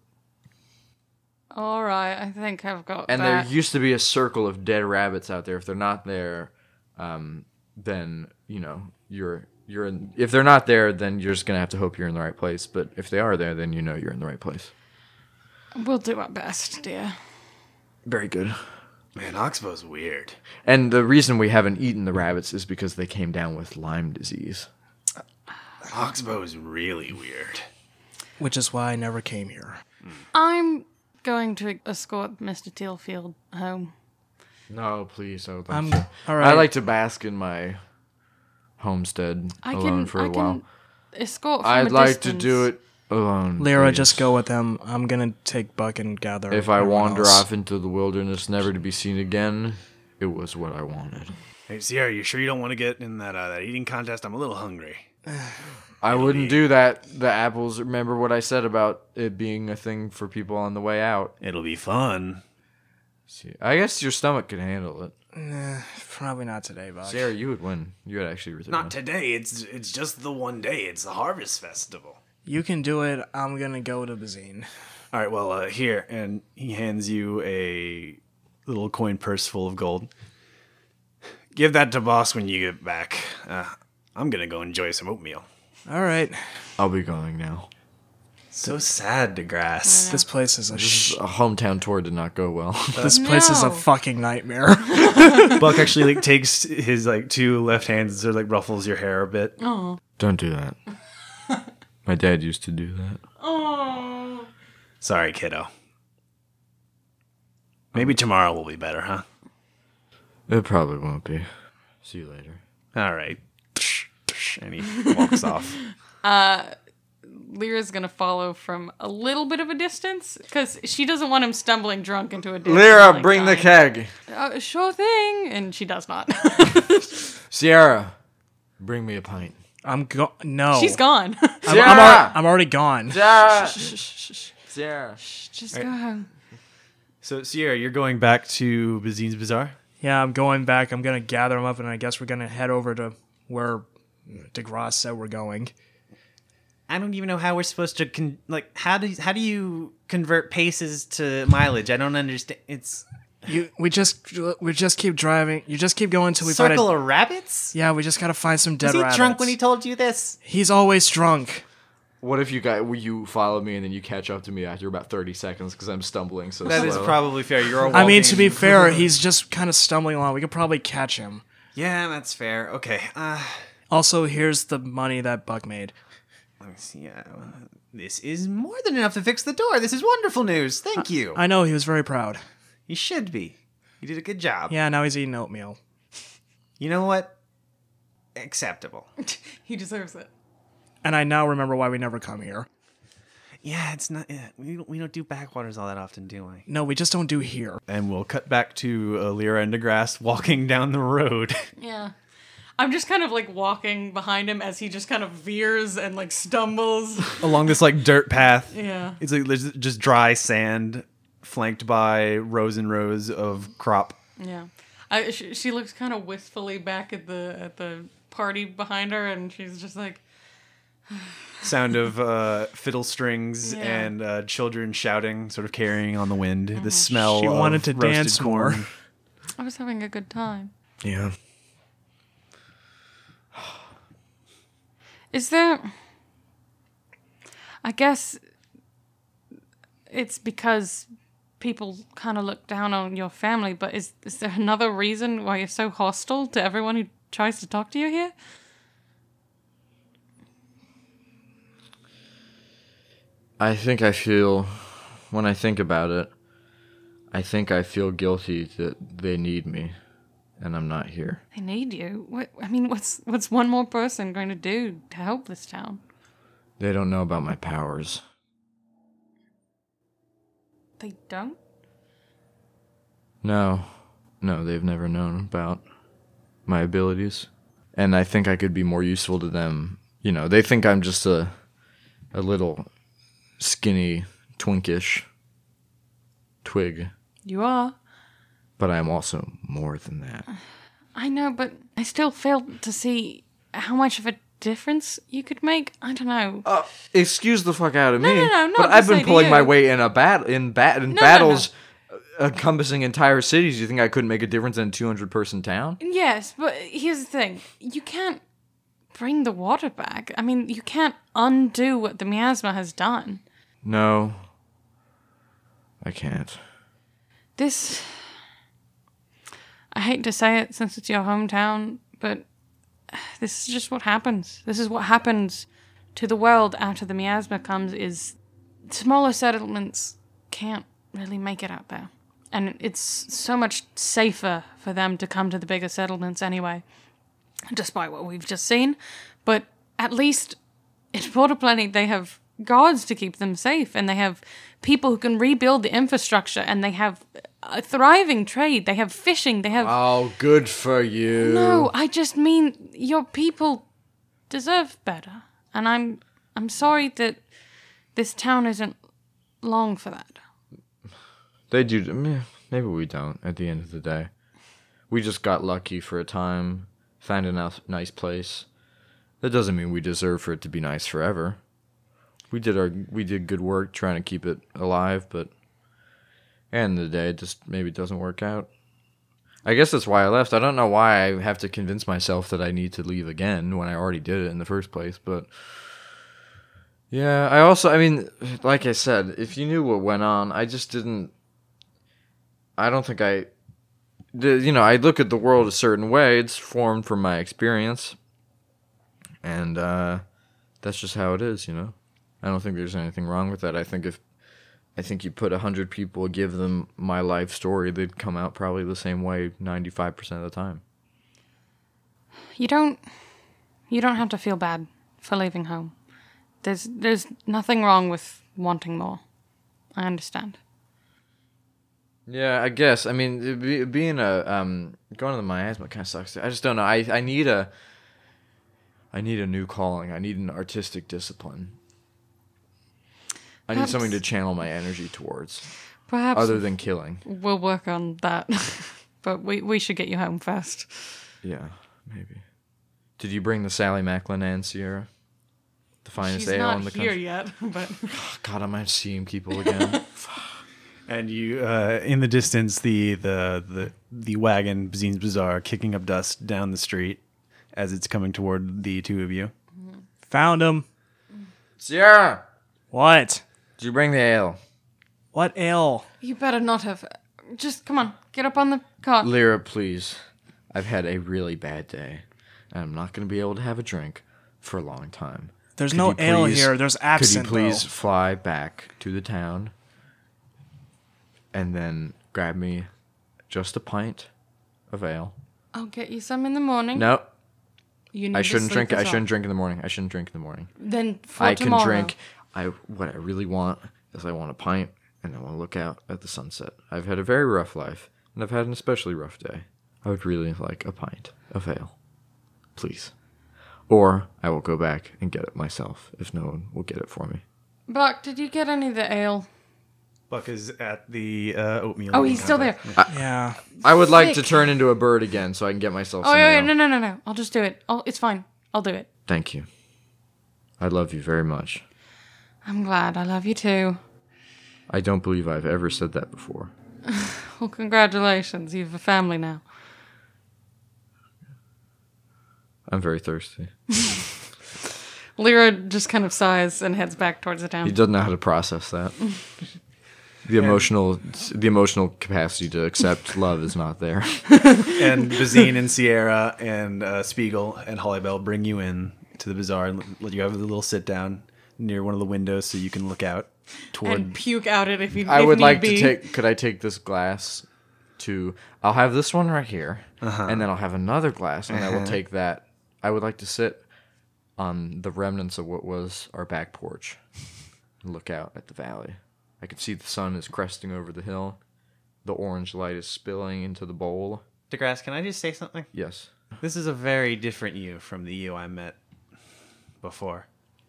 S3: All right, I think I've got
S5: And
S3: that.
S5: there used to be a circle of dead rabbits out there. If they're not there, um, then you know you're you're in. If they're not there, then you're just gonna have to hope you're in the right place. But if they are there, then you know you're in the right place.
S3: We'll do our best, dear.
S5: Very good.
S1: Man, Oxbow's weird.
S5: And the reason we haven't eaten the rabbits is because they came down with Lyme disease.
S1: Oxbow is really weird.
S4: Which is why I never came here.
S3: I'm going to escort Mr. Tealfield home.
S5: No, please. I would like
S4: I'm
S5: to.
S4: all right.
S5: I like to bask in my homestead
S3: I
S5: alone
S3: can,
S5: for a
S3: I
S5: while.
S3: can escort. From
S5: I'd
S3: a
S5: like
S3: distance.
S5: to do it alone.
S4: Lyra,
S5: please.
S4: just go with them. I'm gonna take Buck and gather.
S5: If I
S4: everyone
S5: wander
S4: else.
S5: off into the wilderness, never to be seen again, it was what I wanted.
S1: Hey, Sierra, you sure you don't want to get in that uh, that eating contest? I'm a little hungry.
S5: I wouldn't do that. The apples. Remember what I said about it being a thing for people on the way out.
S1: It'll be fun.
S5: See, I guess your stomach could handle it.
S4: probably not today, Buck.
S5: Sarah, you would win. You would actually really
S1: Not
S5: win.
S1: today. It's it's just the one day. It's the harvest festival.
S4: You can do it. I'm gonna go to Bazine.
S1: All right. Well, uh, here, and he hands you a little coin purse full of gold. Give that to boss when you get back. Uh, I'm gonna go enjoy some oatmeal.
S4: All right.
S5: I'll be going now.
S1: So sad, DeGrasse.
S4: This place is a sh-
S5: A hometown tour did not go well.
S4: This place is a
S3: No.
S4: fucking nightmare.
S1: Buck actually like takes his like two left hands and sort of like ruffles your hair a bit.
S5: Don't do that. My dad used to do that.
S1: Sorry, kiddo. Maybe tomorrow will be better, huh?
S5: It probably won't be. See you later.
S1: All right. And he walks off.
S3: Lyra's gonna follow from a little bit of a distance because she doesn't want him stumbling drunk into a Oh ditch.
S5: Lyra,
S3: like
S5: bring the
S3: dying.
S5: keg.
S3: Uh, sure thing, and she does not.
S5: Oh. Sierra, bring me a pint.
S4: I'm go. No,
S3: She's gone.
S4: I'm, I'm, al- I'm already gone.
S5: Sierra. Sierra.
S3: Just go home.
S1: So Sierra, you're going back to Bazine's Bazaar.
S4: Yeah, I'm going back. I'm gonna gather them up, and I guess we're gonna head over to where DeGrasse said we're going.
S7: I don't even know how we're supposed to con- like how do how do you convert paces to mileage? I don't understand. It's
S4: You, we just, we just keep driving. You just keep going until we find
S7: circle
S4: a.
S7: of rabbits.
S4: Yeah, we just gotta find some dead
S7: Was he
S4: rabbits.
S7: drunk when he told you this?
S4: He's always drunk.
S5: What if you got you follow me and then you catch up to me after about thirty seconds because I'm stumbling so
S1: That is probably fair. You're.
S4: I mean, to be fair, he's just kind of stumbling along. We could probably catch him.
S1: Yeah, that's fair. Okay. Uh,
S4: Also, here's the money that Buck made.
S1: let me see. Uh, this is more than enough to fix the door. This is wonderful news. Thank you.
S4: I know he was very proud.
S1: you should be. You did a good job.
S4: Yeah, now he's eating oatmeal.
S1: You know what? Acceptable.
S3: He deserves it.
S4: And I now remember why we never come here.
S1: Yeah, it's not. Yeah, we don't, we don't do backwaters all that often, do we?
S4: No, we just don't do here.
S1: And we'll cut back to uh, Lyra and DeGrasse walking down the road.
S3: Yeah. I'm just kind of like walking behind him as he just kind of veers and like stumbles.
S1: along this like dirt path.
S3: Yeah.
S1: It's like there's just dry sand flanked by rows and rows of crop.
S3: Yeah. I, she, she looks kind of wistfully back at the at the party behind her and she's just like,
S1: Sound of uh, fiddle strings
S3: Yeah.
S1: and uh, children shouting, sort of carrying on the wind.
S3: Uh-huh.
S1: The smell.
S4: She
S1: of
S4: wanted to
S1: roasted
S4: dance more.
S1: corn.
S3: I was having a good time.
S4: Yeah.
S3: Is there. I guess it's because people kind of look down on your family, but is, is there another reason why you're so hostile to everyone who tries to talk to you here?
S5: I think I feel when I think about it, I think I feel guilty that they need me, and I'm not here.
S3: They need you. What, I mean, what's what's one more person going to do to help this town?
S5: They don't know about my powers.
S3: They don't.
S5: No, no, they've never known about my abilities, and I think I could be more useful to them. You know, they think I'm just a, a little, skinny, twinkish twig,
S3: You are.
S5: but I'm also more than that.
S3: I know, but I still fail to see how much of a difference you could make. I don't know.
S5: Uh. excuse the fuck out of me.
S3: no, no, not
S5: but
S3: to
S5: I've
S3: say
S5: been
S3: to
S5: pulling my
S3: you.
S5: weight in a bat in bat in
S3: no, no.
S5: battles uh, encompassing entire cities. You think I couldn't make a difference in a 200 person town?
S3: yes, but here's the thing: you can't bring the water back. I mean, you can't undo what the miasma has done.
S5: No. I can't.
S3: This. I hate to say it since it's your hometown, but this is just what happens. This is what happens to the world after the miasma comes is smaller settlements can't really make it out there. And it's so much safer for them to come to the bigger settlements anyway, despite what we've just seen. But at least in Porta Planet, they have guards to keep them safe, and they have people who can rebuild the infrastructure, and they have a thriving trade. They have fishing. They have
S5: Oh, good for you.
S3: no. I just mean your people deserve better, and I'm I'm sorry that this town isn't long for that.
S5: They do. meh, Maybe we don't at the end of the day. We just got lucky for a time, found a nice- nice place. That doesn't mean we deserve for it to be nice forever. We did our we did good work trying to keep it alive, but end of the day, it just maybe doesn't work out. I guess that's why I left. I don't know why I have to convince myself that I need to leave again when I already did it in the first place, but yeah, I also I mean, like I said, if you knew what went on, I just didn't I don't think I, the- you know, I look at the world a certain way. It's formed from my experience, and uh, that's just how it is. You know, I don't think there's anything wrong with that. I think if, I think you put hundred people, give them my life story, they'd come out probably the same way ninety five percent of the time.
S3: You don't you don't have to feel bad for leaving home. There's there's nothing wrong with wanting more. I understand.
S5: Yeah, I guess. I mean, it'd be, being a um, going to the miasma kind of sucks. I just don't know. I, I need a I need a new calling. I need an artistic discipline. I need something to channel my energy towards,
S3: Perhaps
S5: other than killing.
S3: we'll work on that. but we, we should get you home first.
S5: Yeah, maybe. Did you bring the Sally Macklin and Sierra? The finest ale in the country.
S3: yet, but
S5: God, I might see him people again.
S1: And you, uh, in the distance, the the the the wagon Zine's Bazaar kicking up dust down the street as it's coming toward the two of you.
S4: Found him.
S5: Sierra,
S4: What?
S5: did you bring the ale?
S4: What ale?
S3: You better not have. Just come on, get up on the cart.
S5: Lyra, please. I've had a really bad day, and I'm not going to be able to have a drink for a long time.
S4: There's
S5: Could
S4: no
S5: you
S4: ale
S5: please-
S4: here. There's absinthe.
S5: Could you please
S4: though.
S5: fly back to the town and then grab me just a pint of ale?
S3: I'll get you some in the morning.
S5: No,
S3: you need
S5: I
S3: to
S5: shouldn't
S3: sleep
S5: drink. I
S3: as well.
S5: shouldn't drink in the morning. I shouldn't drink in the morning.
S3: Then for
S5: I
S3: tomorrow.
S5: can drink. I what I really want is I want a pint and I want to look out at the sunset. I've had a very rough life and I've had an especially rough day. I would really like a pint of ale, please. Or I will go back and get it myself if no one will get it for me.
S3: Buck, did you get any of the ale?
S1: Buck is at the uh, oatmeal.
S3: Oh, he's still there.
S4: Yeah.
S5: I would like to
S3: Sick.
S5: turn into a bird again so I can get myself.
S3: Oh,
S5: some
S3: yeah, yeah,
S5: ale.
S3: no, no, no, no. I'll just do it. I'll, it's fine. I'll do it.
S5: Thank you. I love you very much.
S3: I'm glad. I love you too.
S5: I don't believe I've ever said that before.
S3: Well, congratulations. You have a family now.
S5: I'm very thirsty.
S3: Lyra just kind of sighs and heads back towards the town.
S5: He doesn't know how to process that. The emotional, the emotional capacity to accept love is not there.
S1: and Bazine and Sierra and uh, Spiegel and Hollybell bring you in to the bazaar and let you have a little sit down near one of the windows so you can look out toward.
S3: and puke out it if you.
S5: I
S3: if
S5: would
S3: need
S5: like
S3: be.
S5: to take. Could I take this glass? To I'll have this one right here, and then I'll have another glass, and I will take that. I would like to sit on the remnants of what was our back porch and look out at the valley. I can see the sun is cresting over the hill. The orange light is spilling into the bowl.
S7: DeGrasse, can I just say something?
S5: Yes.
S7: This is a very different you from the you I met before.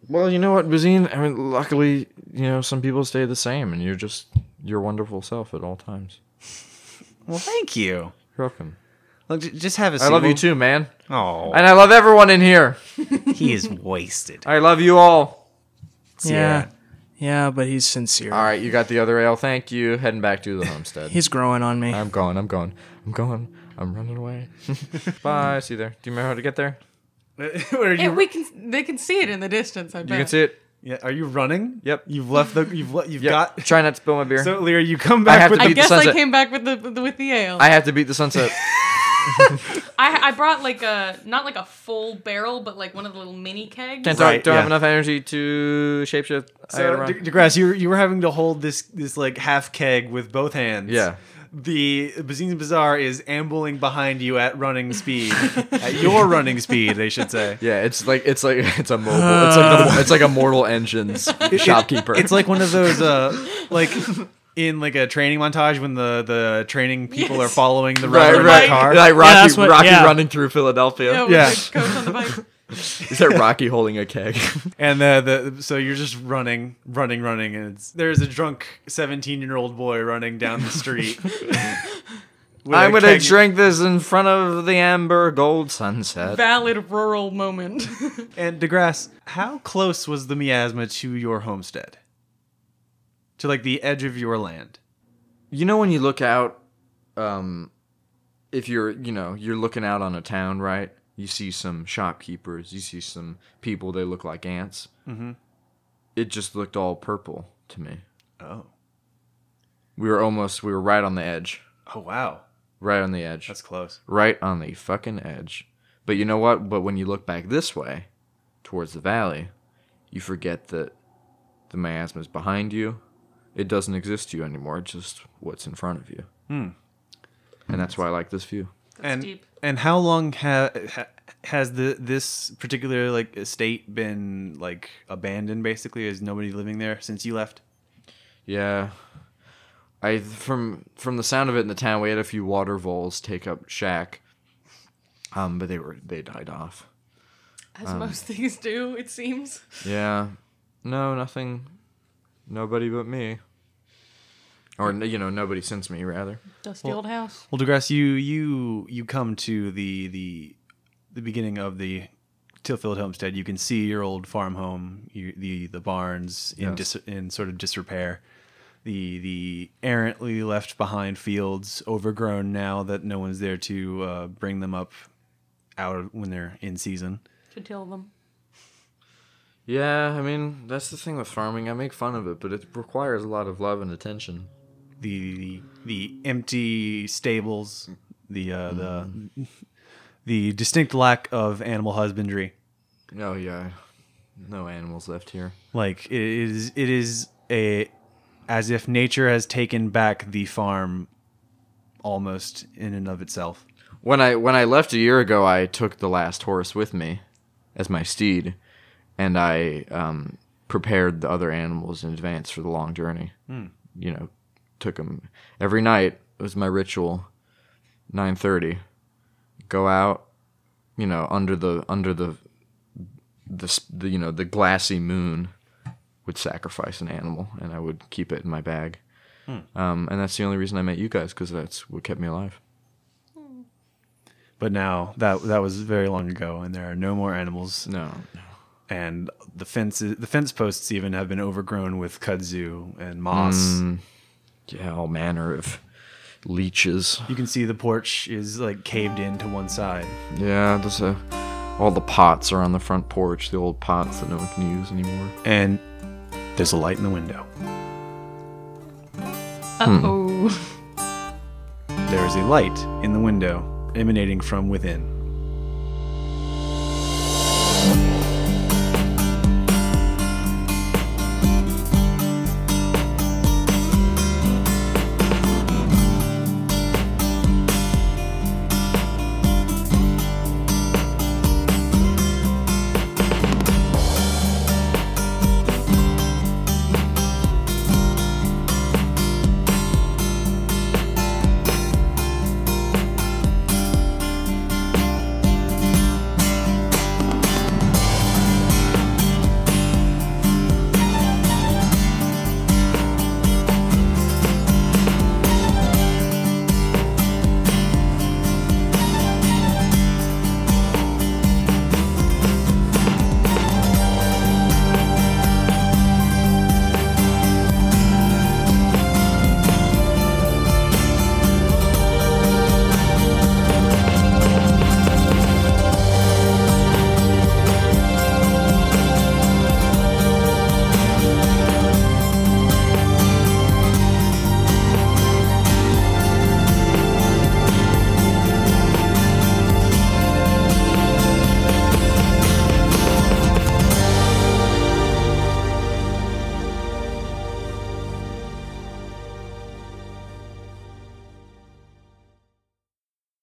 S5: Well, you know what, Bazine? I mean, luckily, you know, some people stay the same, and you're just your wonderful self at all times.
S7: Well, thank you.
S5: You're welcome.
S7: Look, j- just have a
S5: I
S7: seat.
S5: love you too, man.
S7: Oh,
S5: And I love everyone in here.
S7: he is wasted.
S5: I love you all.
S4: Yeah. Yeah, but he's sincere.
S5: All right, you got the other ale. Thank you. Heading back to the homestead.
S4: He's growing on me.
S5: I'm going. I'm going. I'm going. I'm running away. Bye. See you there. Do you remember how to get there?
S1: Where are
S3: Yeah,
S1: you?
S3: we can. They can see it in the distance. I bet.
S5: You can see it.
S1: Yeah, are you running?
S5: Yep.
S1: You've left the. You've le- you've
S5: Yep.
S1: got.
S5: Try not to spill my beer.
S1: So Lear, you come
S5: I have
S1: back with
S5: to
S3: I
S5: beat the
S3: guess I
S5: sunset.
S3: came back with the with the ale.
S5: I have to beat the sunset.
S3: I, I brought like a not like a full barrel, but like one of the little mini kegs.
S5: Can't
S1: Right,
S5: talk. Don't
S1: yeah.
S5: have enough energy to shapeshift. I gotta
S1: So,
S5: run.
S1: De- DeGrasse, you were, you were having to hold this this like half keg with both hands.
S5: Yeah.
S1: The Bazine Bazaar is ambling behind you at running speed, at your running speed, they should say.
S5: Yeah, it's like it's like it's a mobile. It's like the, it's like a Mortal Engines shopkeeper.
S1: It's like one of those, uh, like in like a training montage when the the training people
S3: Yes.
S1: are following the
S5: right,
S1: runner in
S5: right.
S1: the car.
S5: Like Rocky,
S4: that's what-
S5: Rocky
S4: yeah.
S5: running through Philadelphia.
S3: Yeah, with
S1: Yeah.
S3: the coach on the bike.
S5: Is that Rocky holding a keg?
S1: And the, the so you're just running, running, running, and it's, there's a drunk 17 year old boy running down the street.
S5: I'm gonna
S1: drink.
S5: drink this in front of the amber gold sunset.
S3: Valid rural moment.
S1: And DeGrasse, how close was the miasma to your homestead? To like the edge of your land?
S5: You know when you look out, um, if you're you know you're looking out on a town, right? You see some shopkeepers, you see some people. They look like ants. Mm-hmm. It just looked all purple to me.
S1: Oh.
S5: We were almost we were right on the edge,
S1: Oh wow.
S5: right on the edge.
S1: That's close.
S5: right on the fucking edge. But you know what? But when you look back this way, towards the valley, you forget that the miasma is behind you. It doesn't exist to you anymore. It's just what's in front of you. And that's why I like this view.
S1: and
S3: deep.
S1: and how long ha- ha- has the this particular like estate been like abandoned basically? Is nobody living there since you left?
S5: Yeah. I from from the sound of it in the town, we had a few water voles take up shack. Um, but they were they died off.
S3: As most things do, it seems.
S5: Yeah. No, nothing. Nobody but me. Or you know, nobody since me rather.
S3: Dusty old house.
S1: Well, DeGrasse, you you you come to the the the beginning of the Tillfield homestead. You can see your old farm home, you, the the barns in
S5: Yes.
S1: dis, in sort of disrepair, the the errantly left behind fields, overgrown now that no one's there to uh, bring them up out when they're in season.
S3: To till them.
S5: Yeah, I mean that's the thing with farming. I make fun of it, but it requires a lot of love and attention.
S1: the the empty stables, the uh, the the distinct lack of animal husbandry.
S5: Oh yeah, no animals left here.
S1: Like it is it is a as if nature has taken back the farm almost in and of itself.
S5: When I when I left a year ago, I took the last horse with me as my steed, and I um, prepared the other animals in advance for the long journey. You know, took them every night. It was my ritual. Nine thirty, go out. You know, under the under the the, s- the you know the glassy moon, would sacrifice an animal, and I would keep it in my bag. Um, and that's the only reason I met you guys because that's what kept me alive.
S1: But now that that was very long ago and there are no more animals
S5: No,
S1: and the fences the fence posts even have been overgrown with kudzu and moss.
S5: yeah, all manner of leeches.
S1: You can see the porch is like caved in to one side.
S5: Yeah, there's a, all the pots are on the front porch, the old pots that no one can use anymore.
S1: And there's a light in the window.
S3: Uh oh.
S1: There is a light in the window emanating from within.